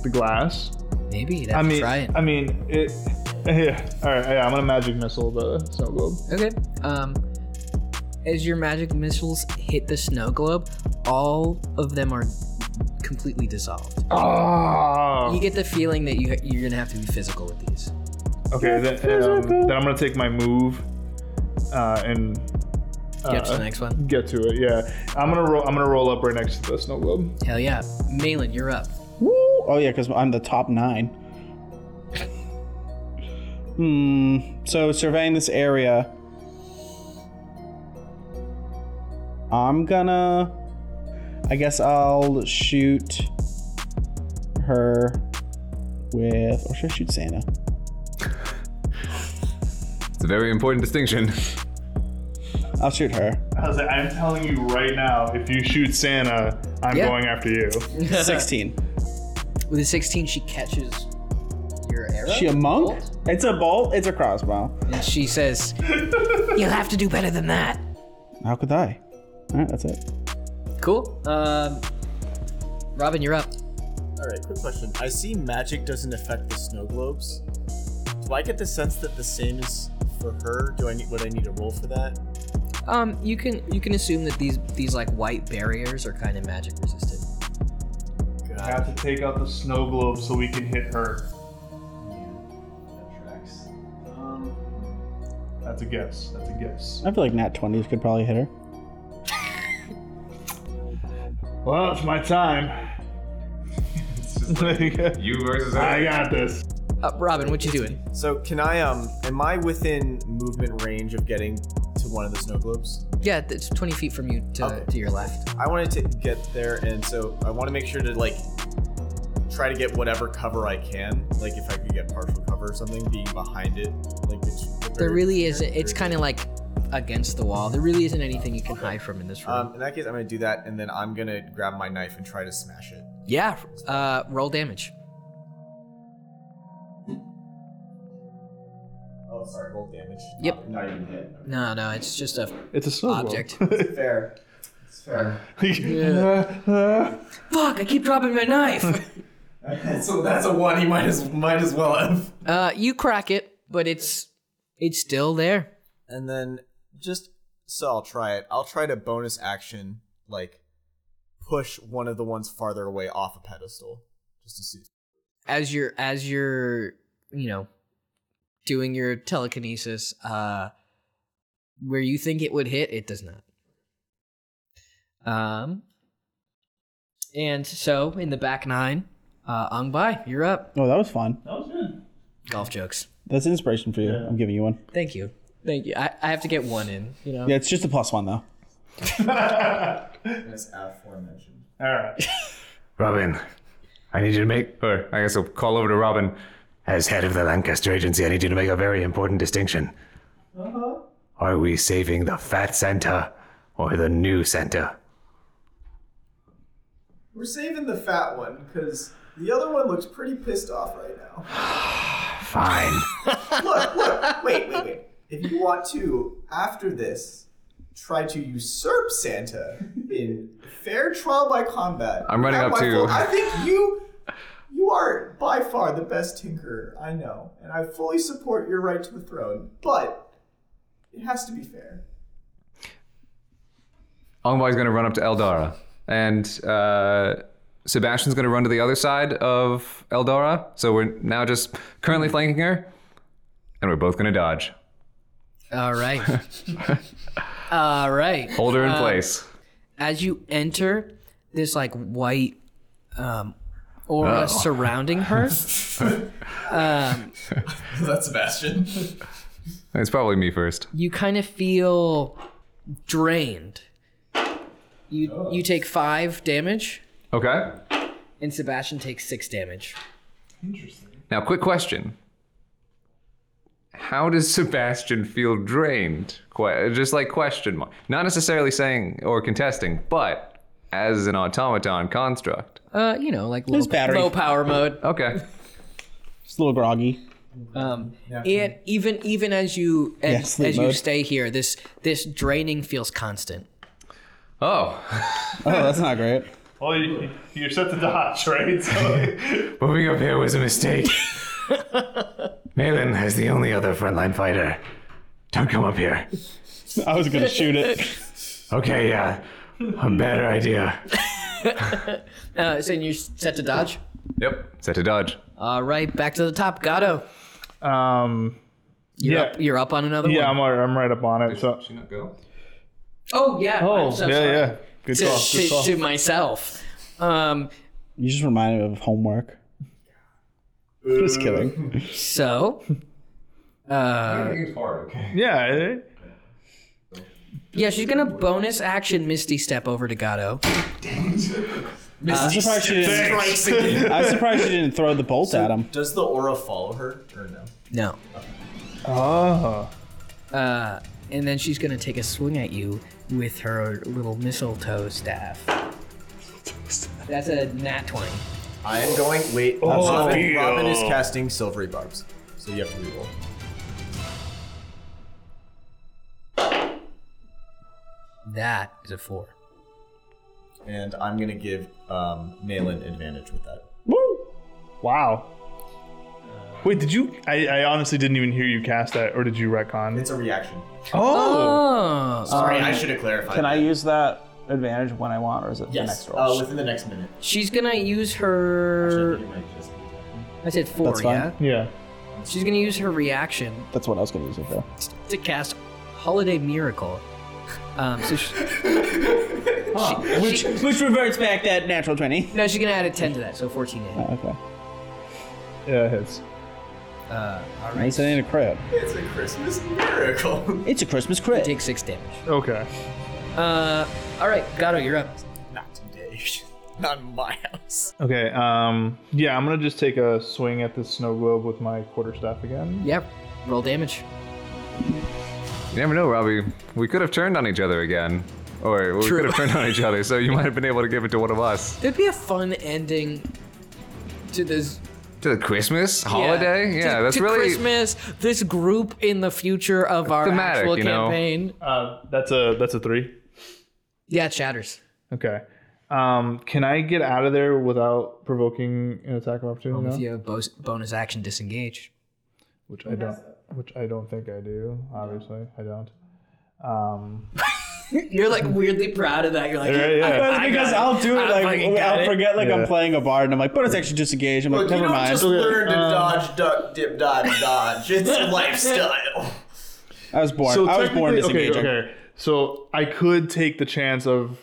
S5: the glass?
S2: Maybe you
S5: I
S2: have to
S5: mean,
S2: try it.
S5: I mean it. Yeah. All right. Yeah, I'm gonna magic missile the snow globe.
S2: Okay. Um, as your magic missiles hit the snow globe, all of them are completely dissolved.
S5: Oh.
S2: You get the feeling that you you're gonna have to be physical with these.
S5: Okay, then, um, then I'm gonna take my move uh, and uh,
S2: Get to the next one.
S5: get to it. Yeah, I'm gonna roll. I'm gonna roll up right next to the snow globe.
S2: Hell yeah, Malin, you're up.
S6: Woo! Oh yeah, because I'm the top nine. Hmm. So surveying this area, I'm gonna. I guess I'll shoot her with, or should I shoot Santa?
S3: It's a very important distinction.
S6: I'll shoot her.
S5: I was like, I'm telling you right now, if you shoot Santa, I'm
S2: Yeah.
S5: going after you.
S6: Sixteen.
S2: With a 16, she catches your arrow.
S6: She a monk? It's a bolt. It's a crossbow.
S2: And she says, "You'll have to do better than that."
S6: How could I? All right, that's it.
S2: Cool. Um, Robin, you're up.
S4: all right, quick question. I see magic doesn't affect the snow globes. Do I get the sense that the same is for her? Do I need? Would I need a roll for that?
S2: Um, you can you can assume that these these like white barriers are kind of magic resistant.
S5: I have to take out the snow globe so we can hit her. Um, That's a guess. That's a guess.
S6: I feel like nat twenties could probably hit her.
S5: Well, it's my time.
S3: You versus
S5: I got this.
S2: Uh, Robin, what you doing?
S4: So can I? Um, am I within movement range of getting to one of the snow globes?
S2: Yeah, it's 20 feet from you to,
S4: Okay.
S2: to your left.
S4: I wanted to get there, and so I want to make sure to like try to get whatever cover I can. Like if I could get partial cover or something, being behind it, like it's
S2: There really isn't. It's kind of like against the wall. There really isn't anything you can hide from in this room.
S4: Um, in that case, I'm gonna do that, and then I'm gonna grab my knife and try to smash it.
S2: yeah. Uh, roll damage.
S4: Oh, sorry, roll damage.
S2: Yep.
S4: Not even hit.
S2: No, no, it's just a
S5: It's a snow
S2: object.
S4: Fair. It's fair.
S2: Fuck! I keep dropping my knife.
S4: so that's a one. He might as might as well have.
S2: uh, you crack it, but it's it's still there.
S4: And then just so I'll try it. I'll try to bonus action like push one of the ones farther away off a pedestal just to see.
S2: as you're as you're you know doing your telekinesis uh where you think it would hit it does not um and so in the back nine uh ong bai you're up
S6: Oh, that was fun.
S2: golf jokes
S6: That's inspiration for you. I'm giving you one.
S2: thank you thank you i, I have to get one in you know
S6: Yeah, it's just a plus one though.
S4: As aforementioned.
S5: All right.
S11: Robin, I need you to make, or I guess I'll call over to Robin. As head of the Lancaster Agency, I need you to make a very important distinction. Are we saving the fat Santa or the new Santa?
S4: We're saving the fat one because the other one looks pretty pissed off right now.
S11: Fine.
S4: look, look, wait, wait, wait. If you want to, after this, try to usurp Santa in fair trial by combat.
S3: I'm running
S4: Not
S3: up
S4: my
S3: to-
S4: fault. I think you you are by far the best tinkerer I know, and I fully support your right to the throne, but it has to be fair.
S3: Ongbai's going to run up to Eldara, and uh, Sebastian's going to run to the other side of Eldara. So we're now just currently flanking her. and we're both gonna dodge.
S2: All right. All right.
S3: Hold her in place.
S2: As you enter this like white um, aura
S3: Oh.
S2: surrounding her, um,
S12: That's Sebastian.
S3: It's probably me first.
S2: you kind of feel drained. You you take five damage,
S3: Okay.
S2: and Sebastian takes six damage.
S3: Now, quick question. How does Sebastian feel drained? Que- just like question mark. Not necessarily saying or contesting, but as an automaton construct.
S2: Uh, you know, like low,
S6: His battery.
S2: low power mode.
S3: Okay.
S6: Just a little groggy.
S2: Um, and even even as you
S6: Yeah,
S2: as,
S6: sleep
S2: as you
S6: mode.
S2: stay here, this this draining feels constant.
S3: Oh,
S6: Oh, that's not great.
S5: Well, you, you're set to dodge, right? So,
S8: Moving up here was a mistake. Malin is the only other frontline fighter. Don't come up here.
S6: I was gonna shoot it.
S8: Okay, yeah. A better idea.
S2: Uh, so you're set to dodge.
S3: yep. Set to dodge.
S2: All right, back to the top. Gato,
S5: um,
S2: you're
S5: yeah,
S2: up. You're up on another
S5: yeah,
S2: one.
S5: I'm, right- I'm right up on it. So,
S3: She not go?
S2: Oh yeah. Oh
S5: yeah, yeah, good call,
S2: To,
S5: good
S2: to,
S5: call.
S2: to myself. Um.
S6: You just reminded me of homework. Just kidding.
S2: So. Uh.
S5: Yeah, eh?
S2: Yeah, she's gonna bonus action Misty step over to Gato.
S6: I'm surprised she didn't. I'm surprised she didn't throw the bolt at him.
S7: Does the aura follow her or no?
S2: No.
S5: Oh,
S2: Uh. And then she's gonna take a swing at you with her little mistletoe staff. That's a nat twenty.
S7: I am going. Wait, Robin, Oh, Robin is casting silvery barbs, so you have to reroll.
S2: That is a four.
S7: And I'm gonna give um, Malin advantage with that.
S5: woo! Wow. Wait, did you? I, I honestly didn't even hear you cast that, or did you retcon?
S7: It's a reaction.
S5: Oh,
S2: Oh.
S7: Sorry,
S4: Um,
S7: I should have clarified.
S10: Can I use that advantage when I want, or is it the
S7: Yes,
S10: next
S4: Oh,
S7: uh,
S10: roll?
S7: within the next minute.
S2: She's gonna use her.
S7: Actually, I think it might just be-
S2: I said four.
S6: That's fine.
S2: Yeah.
S5: yeah.
S2: She's gonna use her reaction
S6: That's what I was gonna use it for.
S2: to cast Holiday Miracle. Um, so she,
S6: Which which reverts back that natural twenty.
S2: no, she's gonna add a ten to that, so fourteen. to hit.
S6: Oh, Okay.
S5: Yeah, it hits.
S2: Uh,
S6: Nice. It ain't a crit.
S7: It's a Christmas miracle.
S6: It's a Christmas crit.
S2: Take six damage.
S5: Okay.
S2: Uh, all right, Gato, you're up.
S7: Not today. Not in my house.
S5: Okay. Um. Yeah, I'm gonna just take a swing at this snow globe with my quarterstaff again.
S2: Yep. Roll damage.
S3: You never know, Robbie. We could have turned on each other again. Or we could have turned on each other, so you might have been able to give it to one of us.
S2: There'd be a fun ending to this
S3: To the Christmas holiday? Yeah,
S2: to-
S3: that's
S2: to
S3: really
S2: Christmas. This group in the future of our
S3: Thematic,
S2: actual
S3: you know?
S2: campaign.
S5: Uh, that's a that's a three.
S2: Yeah, it shatters.
S5: Okay. Um, can I get out of there without provoking an attack of opportunity? now?
S2: If you have bo- bonus action disengage.
S5: Which I don't. Which I don't think I do. Obviously, I don't. Um,
S2: You're like weirdly proud of that. You're like,
S5: Right, yeah.
S6: That's because I'll do it
S2: I fucking
S6: like
S2: got
S6: I'll
S2: it.
S6: forget like
S5: Yeah.
S6: I'm playing a bard and I'm like, but it's actually disengaged. I'm like,
S7: Look, you
S6: never
S7: don't
S6: mind.
S7: just learn to dodge, duck, dip, dodge, dodge. It's a lifestyle.
S6: I was born. I was born
S5: technically-
S6: disengaging.
S5: Okay, okay. So I could take the chance of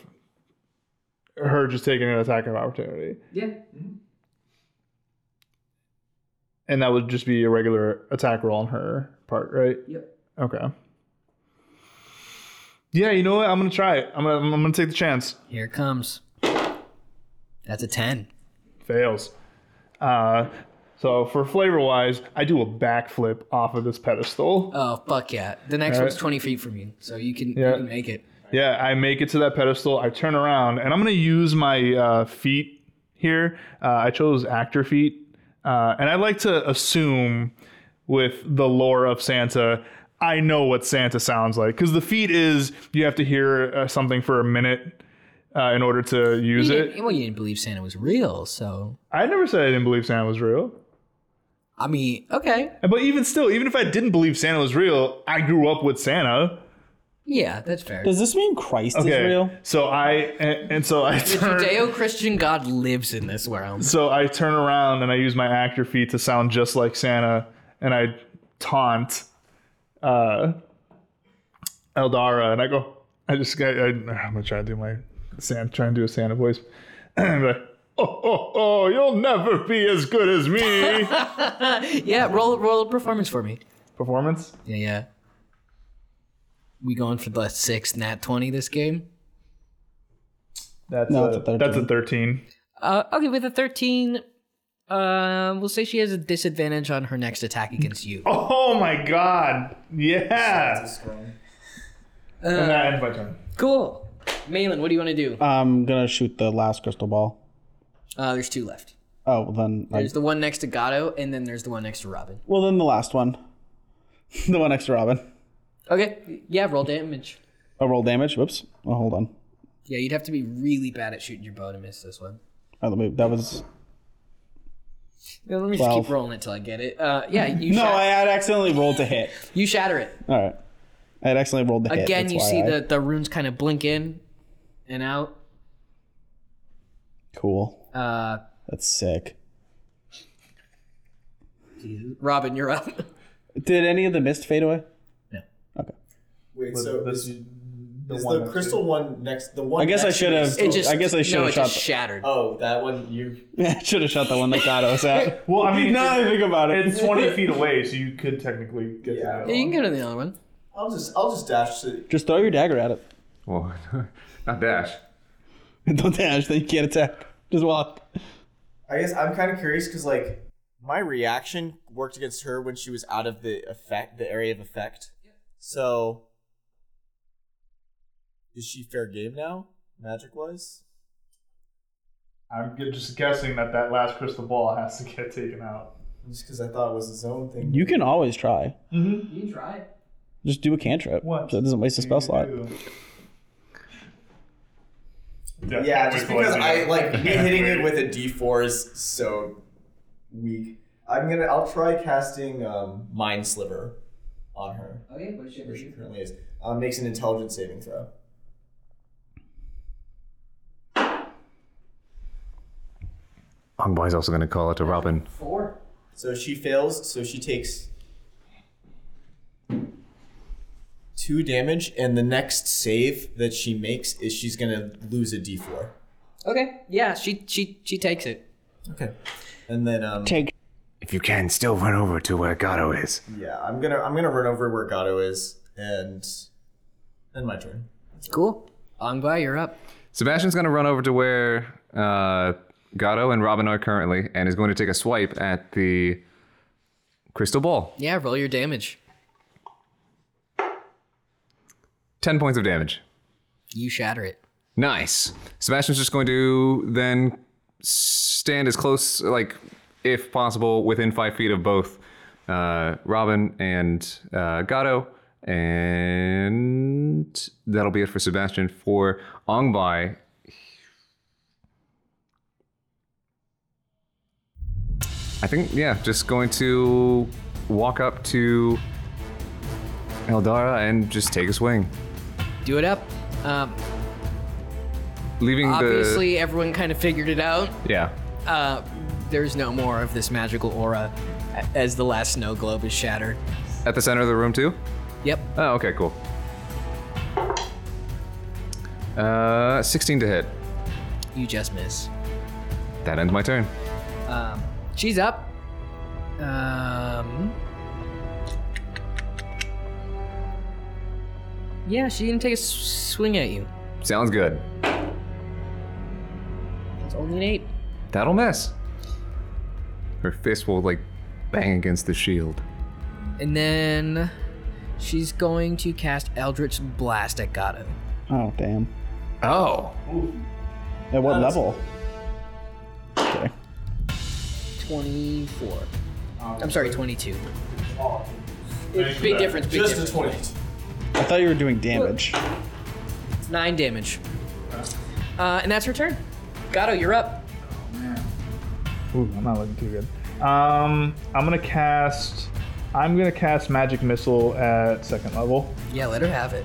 S5: her just taking an attack of opportunity,
S2: yeah.
S5: and that would just be a regular attack roll on her part, right?
S2: Yep.
S5: Okay. Yeah, you know what? I'm gonna try it. I'm gonna I'm gonna take the chance.
S2: Here it comes. That's a ten.
S5: Fails. Uh, so for flavor wise, I do a backflip off of this pedestal.
S2: Oh fuck yeah! The next
S5: All
S2: one's
S5: right.
S2: twenty feet from you, so you can,
S5: Yeah.
S2: you can make it.
S5: Yeah, I make it to that pedestal. I turn around, and I'm gonna use my uh, feet here. Uh, I chose actor feet, uh, and I like to assume with the lore of Santa, I know what Santa sounds like because the feet is you have to hear uh, something for a minute uh, in order to use
S2: You
S5: it.
S2: didn't- well, you didn't believe Santa was real, so
S5: I never said I didn't believe Santa was real,
S2: I mean, okay,
S5: but even still, even if I didn't believe Santa was real, I grew up with Santa.
S2: yeah, that's fair.
S6: Does this mean Christ
S5: Okay,
S6: is real?
S5: so I and, and so I turn.
S2: Judeo-Christian God lives in this realm.
S5: So I turn around and I use my actor feet to sound just like Santa, and I taunt uh, Eldara, and I go, I just, I, I, I'm gonna try and do my Sam, try and do a Santa voice, but oh, oh, oh, you'll never be as good as me.
S2: yeah, roll roll a performance for me.
S5: Performance?
S2: Yeah, yeah. We going for the sixth nat twenty this game?
S5: That's
S2: No,
S5: a,
S2: it's a 13.
S5: that's a thirteen.
S2: Uh, okay, with a thirteen, uh, we'll say she has a disadvantage on her next attack against you.
S5: Oh my god! Yeah. and that
S2: Uh,
S5: ends my turn.
S2: cool. Malin, what do you want to do?
S6: I'm gonna shoot the last crystal ball.
S2: Uh, there's two left.
S6: Oh, well then, I,
S2: There's the one next to Gato, and then there's the one next to Robin.
S6: well then the last one, the one next to Robin.
S2: Okay, yeah, roll damage.
S6: Oh, roll damage. Whoops. Oh, hold on.
S2: Yeah, you'd have to be really bad at shooting your bow to miss this one.
S6: Oh, let me- that was
S2: Yeah, let me just
S6: Twelve.
S2: keep rolling it till I get it. Uh, yeah, you
S6: no.
S2: shat-
S6: I had accidentally rolled to hit.
S2: you shatter it.
S6: All right. I had accidentally rolled to hit.
S2: Again,
S6: that's
S2: you
S6: why
S2: see
S6: I-
S2: the, the runes kind of blink in and out.
S6: cool.
S2: Uh,
S6: That's sick.
S2: Robin, you're up.
S6: Did any of the mist fade away?
S7: Wait, so is, is
S6: one
S7: the
S6: next
S7: crystal one next? The one
S6: I guess I
S7: next to
S6: should
S7: me
S6: have.
S7: is still-
S6: I guess I should have shot.
S2: shattered.
S7: Oh, that one you.
S6: the- I should have shot the one that got us out.
S5: Well, I mean,
S6: now that I think about it,
S5: It's twenty feet away, so you could technically get to that.
S2: Yeah, you can go to the other one.
S7: I'll just I'll just dash to.
S6: Just throw your dagger at it.
S3: Well, not dash.
S6: Don't dash, then you can't attack. Just walk.
S7: I guess I'm kind of curious because like my reaction worked against her when she was out of the effect, the area of effect. So is she fair game now, magic wise?
S5: I'm gu- just guessing that that last crystal ball has to get taken out.
S7: Just because I thought it was his own thing.
S6: You can always try.
S2: You can try it.
S6: Just do a cantrip.
S5: What?
S6: So it doesn't waste a spell slot.
S7: Yeah, just because I like me hitting it with a D4 is so weak. I'm gonna. I'll try casting um, Mind Sliver on her,
S2: Okay, what she
S7: where she currently is. Um, makes an intelligence saving throw.
S3: Ongboy's also gonna call out to Robin.
S2: Four.
S7: So she fails. So she takes two damage, and the next save that she makes is she's gonna lose a D4.
S2: Okay, yeah, she she she takes it.
S7: Okay. And then um,
S8: If you can, still run over to where Gato is.
S7: yeah, I'm gonna I'm gonna run over where Gato is, and end my turn.
S2: Cool. Angba, you're up.
S3: Sebastian's gonna run over to where uh, Gato and Robin are currently, and is going to take a swipe at the crystal ball.
S2: Yeah, roll your damage.
S3: Ten points of damage.
S2: You shatter it.
S3: Nice. Sebastian's just going to then stand as close, like, if possible, within five feet of both uh, Robin and uh, Gato. And that'll be it for Sebastian. For Ongbai, I think, yeah, just going to walk up to Eldara and just take a swing.
S2: Do it up. Um,
S3: Leaving
S2: obviously, everyone kind of figured it out.
S3: the. Yeah.
S2: Uh, there's no more of this magical aura a- as the last snow globe is shattered.
S3: At the center of the room, too?
S2: Yep.
S3: Oh, okay, cool. Uh, 16 to hit.
S2: You just miss.
S3: That ends my turn.
S2: Um, she's up. Um, yeah, she didn't take a s- swing at you.
S3: Sounds good.
S2: It's only an eight.
S3: That'll miss. Her fist will like bang against the shield.
S2: And then she's going to cast Eldritch Blast at Gato.
S6: Oh damn.
S3: Oh,
S6: At what level?
S2: 24. I'm sorry, 22. It's big difference, big
S7: Just a
S2: difference.
S7: twenty.
S6: I thought you were doing damage.
S2: Nine damage. Uh, and that's her turn. Gato, you're up.
S5: Ooh, I'm not looking too good. Um, I'm gonna cast. I'm gonna cast magic missile at second level.
S2: Yeah, let her have it.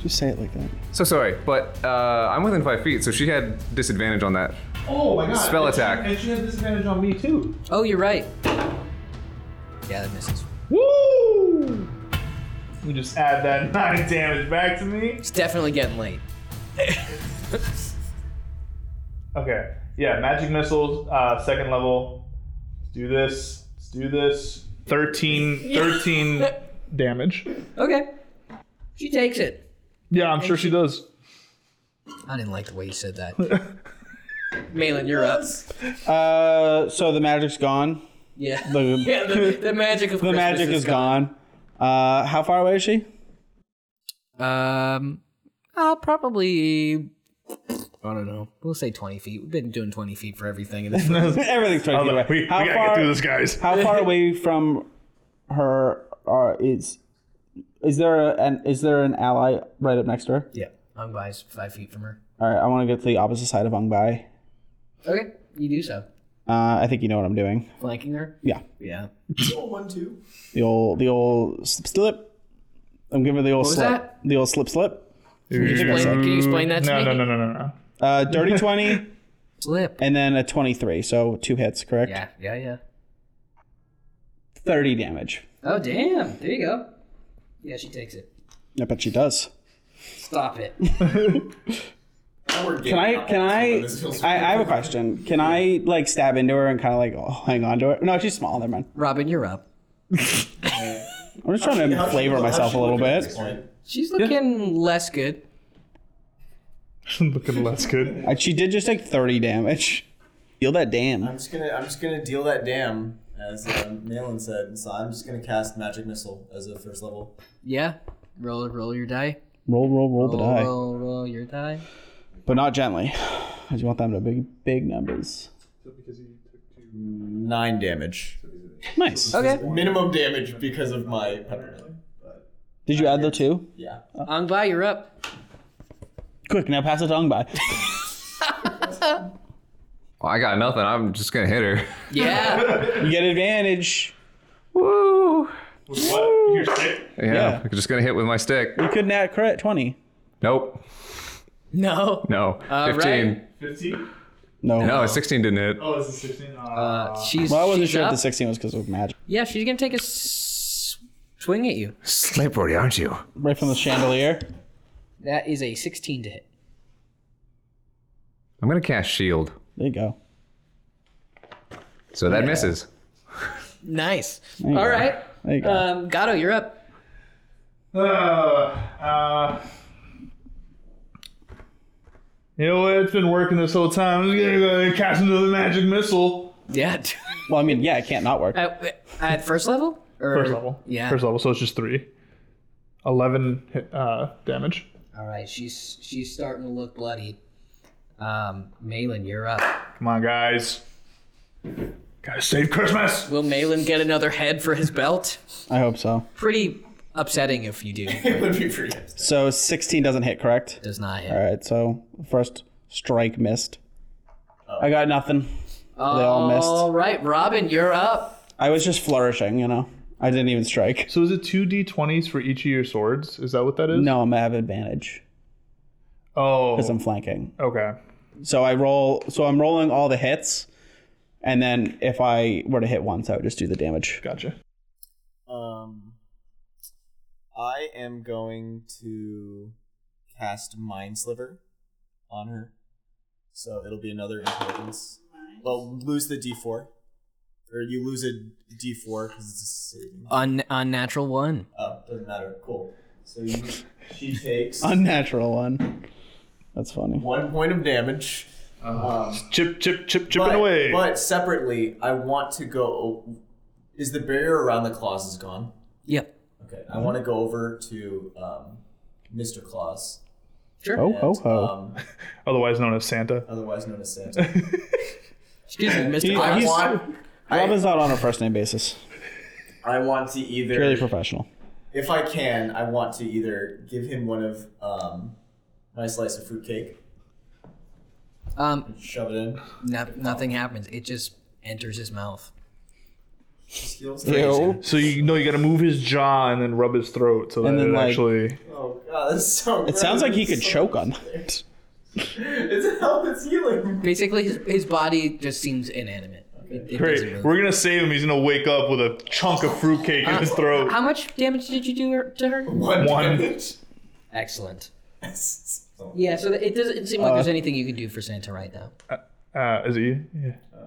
S6: Just say it like that.
S3: so sorry, but uh, I'm within five feet, so she had disadvantage on that.
S5: Oh my god!
S3: Spell attack.
S5: she has disadvantage on me too.
S2: Oh, you're right. Yeah, that misses.
S5: Woo! We just add that nine damage back to me.
S2: It's definitely getting late.
S5: Okay. Yeah, magic missiles, uh, second level. Let's do this. Let's do this. 13, 13 damage.
S2: Okay. She takes it.
S5: Yeah, I'm sure she does.
S2: I didn't like the way you said that. Malin, you're up.
S6: Uh, so the magic's gone.
S2: Yeah.
S6: The,
S2: Yeah, the, the magic of
S6: the
S2: Christmas
S6: magic is
S2: is gone.
S6: gone. Uh, how far away is she?
S2: Um, I'll probably. I don't know. We'll say 20 feet. We've been doing 20 feet for everything. In this room.
S6: Everything's twenty
S5: I
S6: feet
S5: was
S6: away.
S5: like, we- we gotta get through this, guys.
S6: How far away from her are is is there a, an is there an ally right up next to her?
S2: yeah. I'm by s- five feet from her.
S6: All right, I want to get to the opposite side of Ung Bai.
S2: Okay. You do so.
S6: Uh, I think you know what I'm doing.
S2: Flanking her?
S6: Yeah,
S2: Yeah.
S4: One, two.
S6: the old the old slip slip. I'm giving her the old
S2: What was
S6: slip.
S2: that?
S6: The old slip slip.
S5: Can you
S2: explain- can you explain that to
S5: no,
S2: me?
S5: No, no, no, no, no.
S6: Uh, dirty twenty
S2: Slip.
S6: and then a twenty-three. So two hits, correct?
S2: Yeah. Yeah. Yeah.
S6: Thirty damage.
S2: Oh, damn. There you go. Yeah, she takes it.
S6: I bet she does.
S2: Stop it.
S6: Can I? Can I? I, I have a question. Can I like stab into her and kind of like oh, hang on to it? No, she's small. Never mind.
S2: Robin, you're up.
S6: I'm just trying to flavor myself a little bit.
S2: She's looking less good.
S5: Looking less good.
S6: Uh, She did just take 30 damage. Feel that damn.
S7: I'm just gonna I'm just gonna deal that damn as uh, Malin said. and So I'm just gonna cast magic missile as a first level.
S2: Yeah. Roll, roll your die.
S6: Roll, roll, roll the
S2: Roll,
S6: die,
S2: roll, roll your die.
S6: but not gently. I just want them to be big numbers.
S7: Nine damage.
S6: Nice.
S2: Okay.
S7: Minimum damage because of my peppermint.
S6: Did you add the two?
S7: Yeah.
S2: Angba, you're up.
S6: Quick, now pass the tongue by.
S3: Well, I got nothing. I'm just gonna hit her.
S2: Yeah.
S6: You get advantage.
S3: Woo!
S5: What? You're sick?
S3: Yeah,
S6: Yeah.
S3: I'm just gonna hit with my stick.
S6: You could nat crit 20.
S3: Nope.
S2: no.
S3: No.
S2: right.
S3: Fifteen.
S5: 15?
S6: No.
S3: No, sixteen didn't hit.
S5: Oh, is it 16? Uh,
S2: Uh, she's.
S6: Well, I wasn't
S2: she's
S6: sure
S2: up.
S6: if the 16 was because of magic.
S2: Yeah, she's gonna take a s- swing at you.
S8: Slippery, aren't you?
S6: Right from the chandelier.
S2: That is a 16 to hit.
S3: I'm gonna cast shield.
S6: There you go.
S3: So that misses.
S2: Nice.
S6: you
S2: All
S6: go.
S2: right.
S6: There you go.
S2: Um, Gato, you're up.
S5: Uh, uh, you know what? It's been working this whole time. I'm just gonna go and cast another magic missile.
S2: Yeah.
S6: well, I mean, yeah, it can't not work.
S2: at, at first level? Or-
S5: First level.
S2: Yeah.
S5: First level, so it's just three. 11 hit, uh, damage.
S2: All right. She's she's starting to look bloody. Um, Malin, you're up.
S5: Come on, guys. Gotta save Christmas!
S2: Will Malin get another head for his belt?
S6: I hope so.
S2: Pretty upsetting if you do.
S12: It would be pretty upset.
S6: So 16 doesn't hit, correct?
S2: Does not hit.
S6: All right, so first strike missed. I got nothing. They all missed.
S2: All right, Robin, you're up.
S6: I was just flourishing, you know. I didn't even strike.
S5: So is it 2d20s for each of your swords? Is that what that is?
S6: No, I'm gonna have advantage
S5: Oh.
S6: because I'm flanking.
S5: Okay.
S6: So I roll. So I'm rolling all the hits, and then if I were to hit once, I would just do the damage.
S5: Gotcha.
S7: Um, I am going to cast Mind Sliver on her, so it'll be another intelligence. Well, lose the D4, or you lose a D4 because it's a saving.
S2: Un- unnatural one.
S7: Oh, doesn't matter. Cool. So you, she takes
S6: Unnatural one. That's funny.
S7: one point of damage. Um,
S5: Chip, chip, chip, chipping
S7: but,
S5: away.
S7: But separately, I want to go. o- Is the barrier around the claws is gone?
S2: Yep.
S7: Okay, I want to go over to um, Mr. Claus.
S6: Oh ho ho!
S7: Um,
S5: Otherwise known as Santa.
S7: otherwise known as Santa.
S2: Excuse me, Mr.
S6: He-
S2: Claus.
S6: he's-
S7: I-
S6: Robin's not on a first name basis.
S7: I want to either,
S6: Purely professional.
S7: if I can, I want to either give him one of um, my slice of fruitcake,
S2: Um,
S7: shove it in.
S2: no, nothing happens. It just enters his mouth.
S7: Skills.
S6: Ew.
S5: So you know you gotta move his jaw and then rub his throat so that
S6: And then,
S5: it
S6: like-
S5: actually.
S7: Oh god, that's so.
S6: It sounds like he could choke on that.
S7: It's health. It's healing.
S2: Basically, his, his body just seems inanimate.
S5: Great. We're gonna save him. He's gonna wake up with a chunk of fruitcake in his throat.
S2: How much damage did you do her- to her? Excellent. Yeah, so it doesn't seem like
S5: Uh,
S2: there's anything you can do for Santa right now.
S5: Uh, is it you? Yeah.
S2: Uh,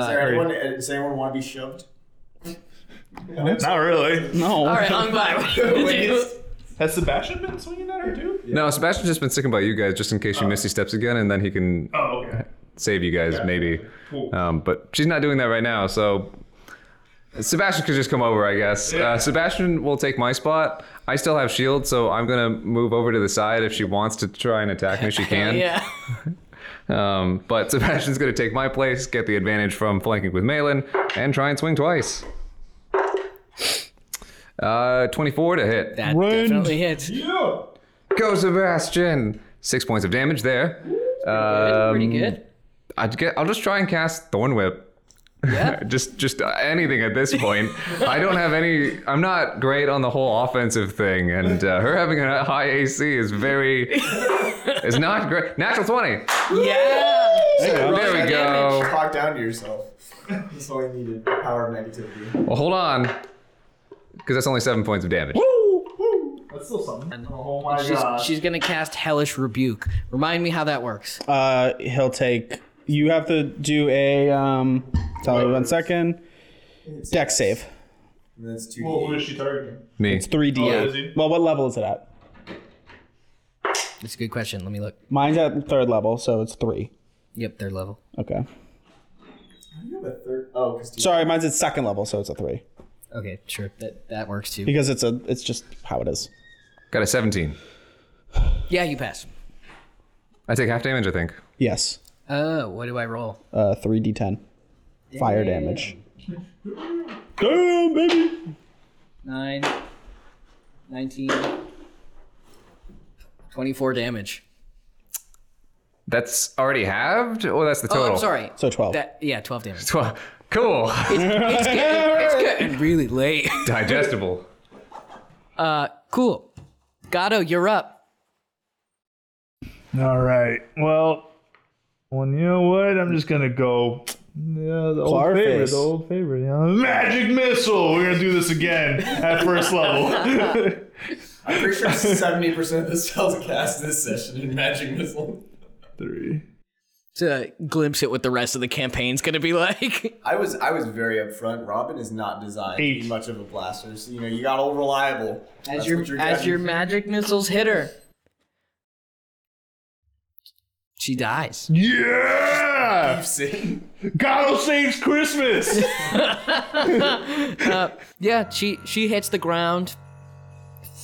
S7: Does anyone, uh, does anyone want to be shoved?
S5: Not really. No.
S7: All right,
S2: I'm
S5: Has Sebastian been swinging at her too?
S3: No, Sebastian's just been sick about you guys, just in case you miss these steps again, and then he can
S5: Oh, okay.
S3: save you guys, maybe.
S5: Cool.
S3: Um, but she's not doing that right now, so Sebastian could just come over, I guess. Uh, Sebastian will take my spot. I still have shield, so I'm gonna move over to the side if she wants to try and attack me. She can.
S2: yeah.
S3: Um, but Sebastian's gonna take my place, get the advantage from flanking with Malin, and try and swing twice. Uh, 24 to hit.
S2: That definitely hits.
S5: Yeah.
S3: Go, Sebastian! Six points of damage there. Um,
S2: Pretty good.
S3: I'd get, I'll just try and cast Thorn Whip. Yeah. just just anything at this point. I don't have any. I'm not great on the whole offensive thing, and uh, her having a high AC is very is not great. Natural twenty.
S2: Yeah.
S3: There
S7: Roll
S3: we
S7: that
S3: go.
S7: damage. Talk down to yourself. That's all you needed. the Power of negativity.
S3: Well, hold on, because that's only seven points of damage.
S5: That's still something. Oh my
S2: She's, she's gonna cast Hellish Rebuke. Remind me how that works.
S6: Uh, he'll take. You have to do a. Um, tell me one second. Deck save.
S7: And that's two.
S5: Well, who is she targeting?
S3: Me.
S6: It's three D.
S5: Oh, is he?
S6: well, what level is it at?
S2: That's a good question. Let me look.
S6: Mine's at third level, so it's three.
S2: Yep, third level.
S6: Okay.
S7: You have a third. Oh, because
S6: Sorry, mine's at second level, so it's a three
S2: Okay, sure. That that works too.
S6: because it's a. It's just how it is.
S3: Got a seventeen.
S2: yeah, you pass.
S3: I take half damage, I think.
S6: Yes.
S2: Oh, what do I roll?
S6: Uh, three D ten. Fire damage. Damn, baby.
S2: Nine. 19. 24 damage.
S3: That's already halved, or that's the total.
S2: Oh, I'm sorry.
S6: So twelve.
S2: That yeah, 12 damage.
S3: Tw- Cool.
S2: It's getting, it's getting really late.
S3: Digestible.
S2: Uh, cool. Gato, you're up.
S5: All right. Well, well, you know what? I'm just gonna go. Yeah, the old
S6: Clarface.
S5: favorite, the old favorite. You know, magic missile. We're gonna do this again at first level.
S12: I'm pretty sure 70% of the spells cast this session in Magic Missile.
S5: Three.
S2: To glimpse at what the rest of the campaign's gonna be like.
S7: I was I was very upfront. Robin is not designed to
S5: Eight.
S7: be much of a blaster, so you know you got old reliable.
S2: As
S7: That's
S2: your
S7: what you're
S2: as
S7: getting.
S2: your magic missiles hit her. She dies.
S5: Yeah.
S7: Sing.
S5: God saves Christmas.
S2: Yeah, she she hits the ground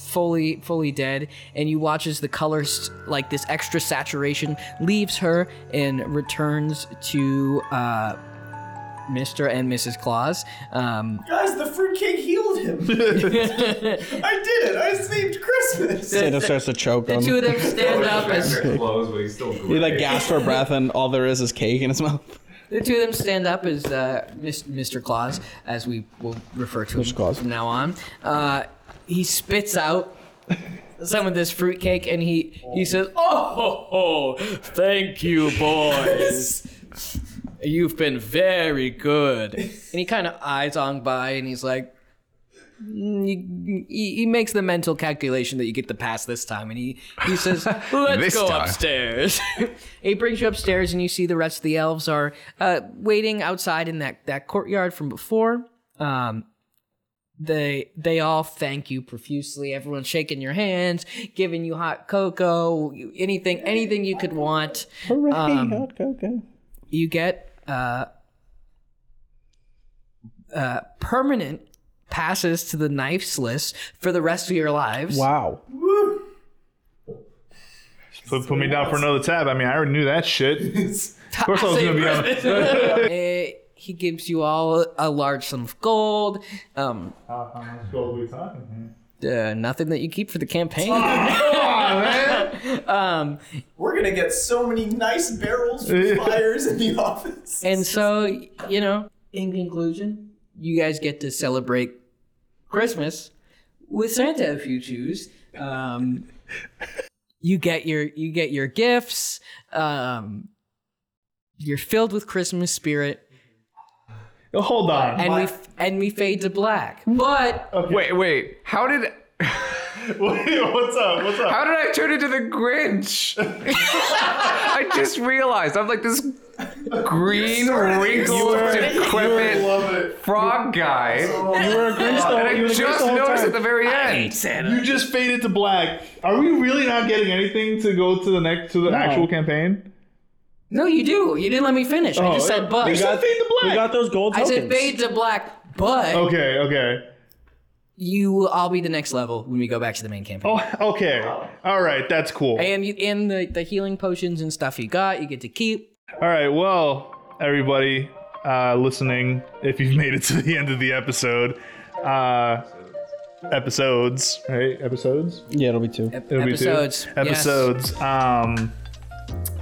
S2: fully fully dead and you watch as the colors like this extra saturation leaves her and returns to uh Mr. and Mrs. Claus. Um,
S7: Guys, the fruitcake healed him. I did it. I saved Christmas.
S6: Santa starts to choke
S2: the
S6: him.
S2: two of them stand up as
S3: Close, but he's still
S6: He like gasps for breath, and all there is is cake in his mouth.
S2: The two of them stand up as uh, Mis- Mr. Claus, as we will refer to him
S6: Claus.
S2: from now on. Uh, he spits out some of this fruitcake and he, he says, Oh, ho, ho, thank you, boys. You've been very good. And he kind of eyes on by and he's like, "Mm," he, he- he makes the mental calculation that you get the pass this time, and he, he says, "Let's
S3: This
S2: go
S3: time."
S2: upstairs." he brings you upstairs, and you see the rest of the elves are uh, waiting outside in that that courtyard from before. Um, they they all thank you profusely. Everyone's shaking your hands, giving you hot cocoa, you- anything anything you could want.
S6: Hooray, hot cocoa.
S2: You get uh, uh, permanent passes to the knives list for the rest of your lives.
S6: Wow.
S5: Put, put me down for another tab. I mean, I already knew that shit. Of course, I was gonna be on.
S2: Uh, he gives you all a large sum of gold. Um,
S5: How how much gold are we talking here?
S2: uh, nothing that you keep for the campaign.
S7: We're gonna get so many nice barrels for fires in the office.
S2: And so, you know, in conclusion, you guys get to celebrate Christmas with Santa if you choose. Um, you get your you get your gifts. Um, you're filled with Christmas spirit.
S5: Hold on.
S2: and we and we fade to black. But
S3: wait, wait. How did?
S5: what's up? What's up?
S3: How did I turn into the Grinch? I just realized I'm like this green wrinkled decrepit frog guy.
S5: You were a Grinch the
S3: And
S5: whole-
S3: I
S5: you were the Grinch
S3: just
S5: the whole
S3: noticed
S5: time.
S3: at the very end.
S5: You just faded to black. Are we really not getting anything to go to the next to the actual campaign?
S2: no, you do. You didn't let me finish. I just said but.
S5: You said fade to black.
S10: those gold
S2: I said fade to black, but
S5: Okay, okay.
S2: you will all be the next level when we go back to the main campaign.
S5: Oh, okay. All right, that's cool.
S2: And you and the, the healing potions and stuff you got, you get to keep.
S5: All right, well, everybody uh, listening, if you've made it to the end of the episode, uh, episodes, right? Episodes?
S6: Yeah, it'll be two.
S5: It'll be two.
S2: Episodes, yes.
S5: Episodes. Um,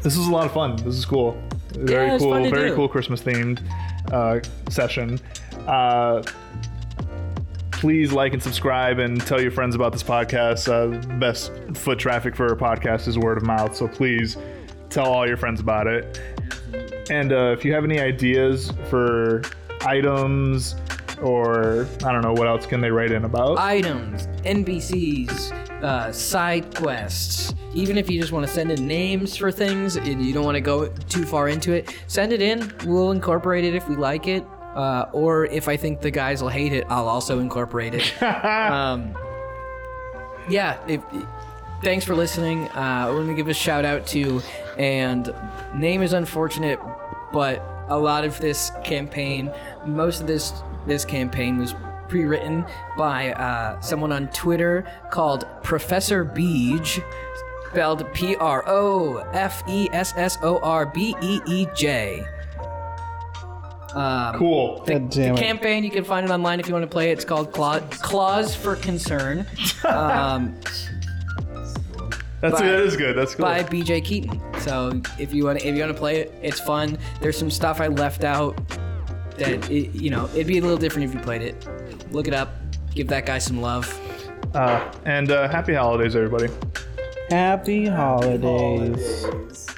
S5: this was a lot of fun. This is cool. Very
S2: it's
S5: cool.
S2: fun to
S5: very
S2: do.
S5: cool Christmas themed uh, session. Uh, please like and subscribe and tell your friends about this podcast. Uh, the best foot traffic for a podcast is word of mouth. So please tell all your friends about it. And uh, if you have any ideas for items or I don't know what else can they write in about?
S2: items, NPCs, uh, side quests. Even if you just want to send in names for things and you don't want to go too far into it, send it in. We'll incorporate it if we like it. Uh, or if I think the guys will hate it, I'll also incorporate it. um, yeah, if, thanks for listening. Uh, we're going to give a shout out to, and name is unfortunate, but a lot of this campaign, most of this this campaign was pre-written by uh, someone on Twitter called Professor Beej, spelled E P-R-O-F-E-S-S-O-R-B-E-E-J. Um,
S5: cool.
S2: the,
S6: God damn
S2: the
S6: it.
S2: campaign you can find it online if you want to play it. It's called Claw- Claws for Concern. Um,
S5: That's
S2: Bye.
S5: that is good. That's cool.
S2: by BJ Keaton. So if you want to, if you want to play it, it's fun. There's some stuff I left out that it, you know it'd be a little different if you played it. Look it up. Give that guy some love.
S5: Uh, and uh, happy holidays, everybody.
S6: Happy holidays.
S4: Holidays.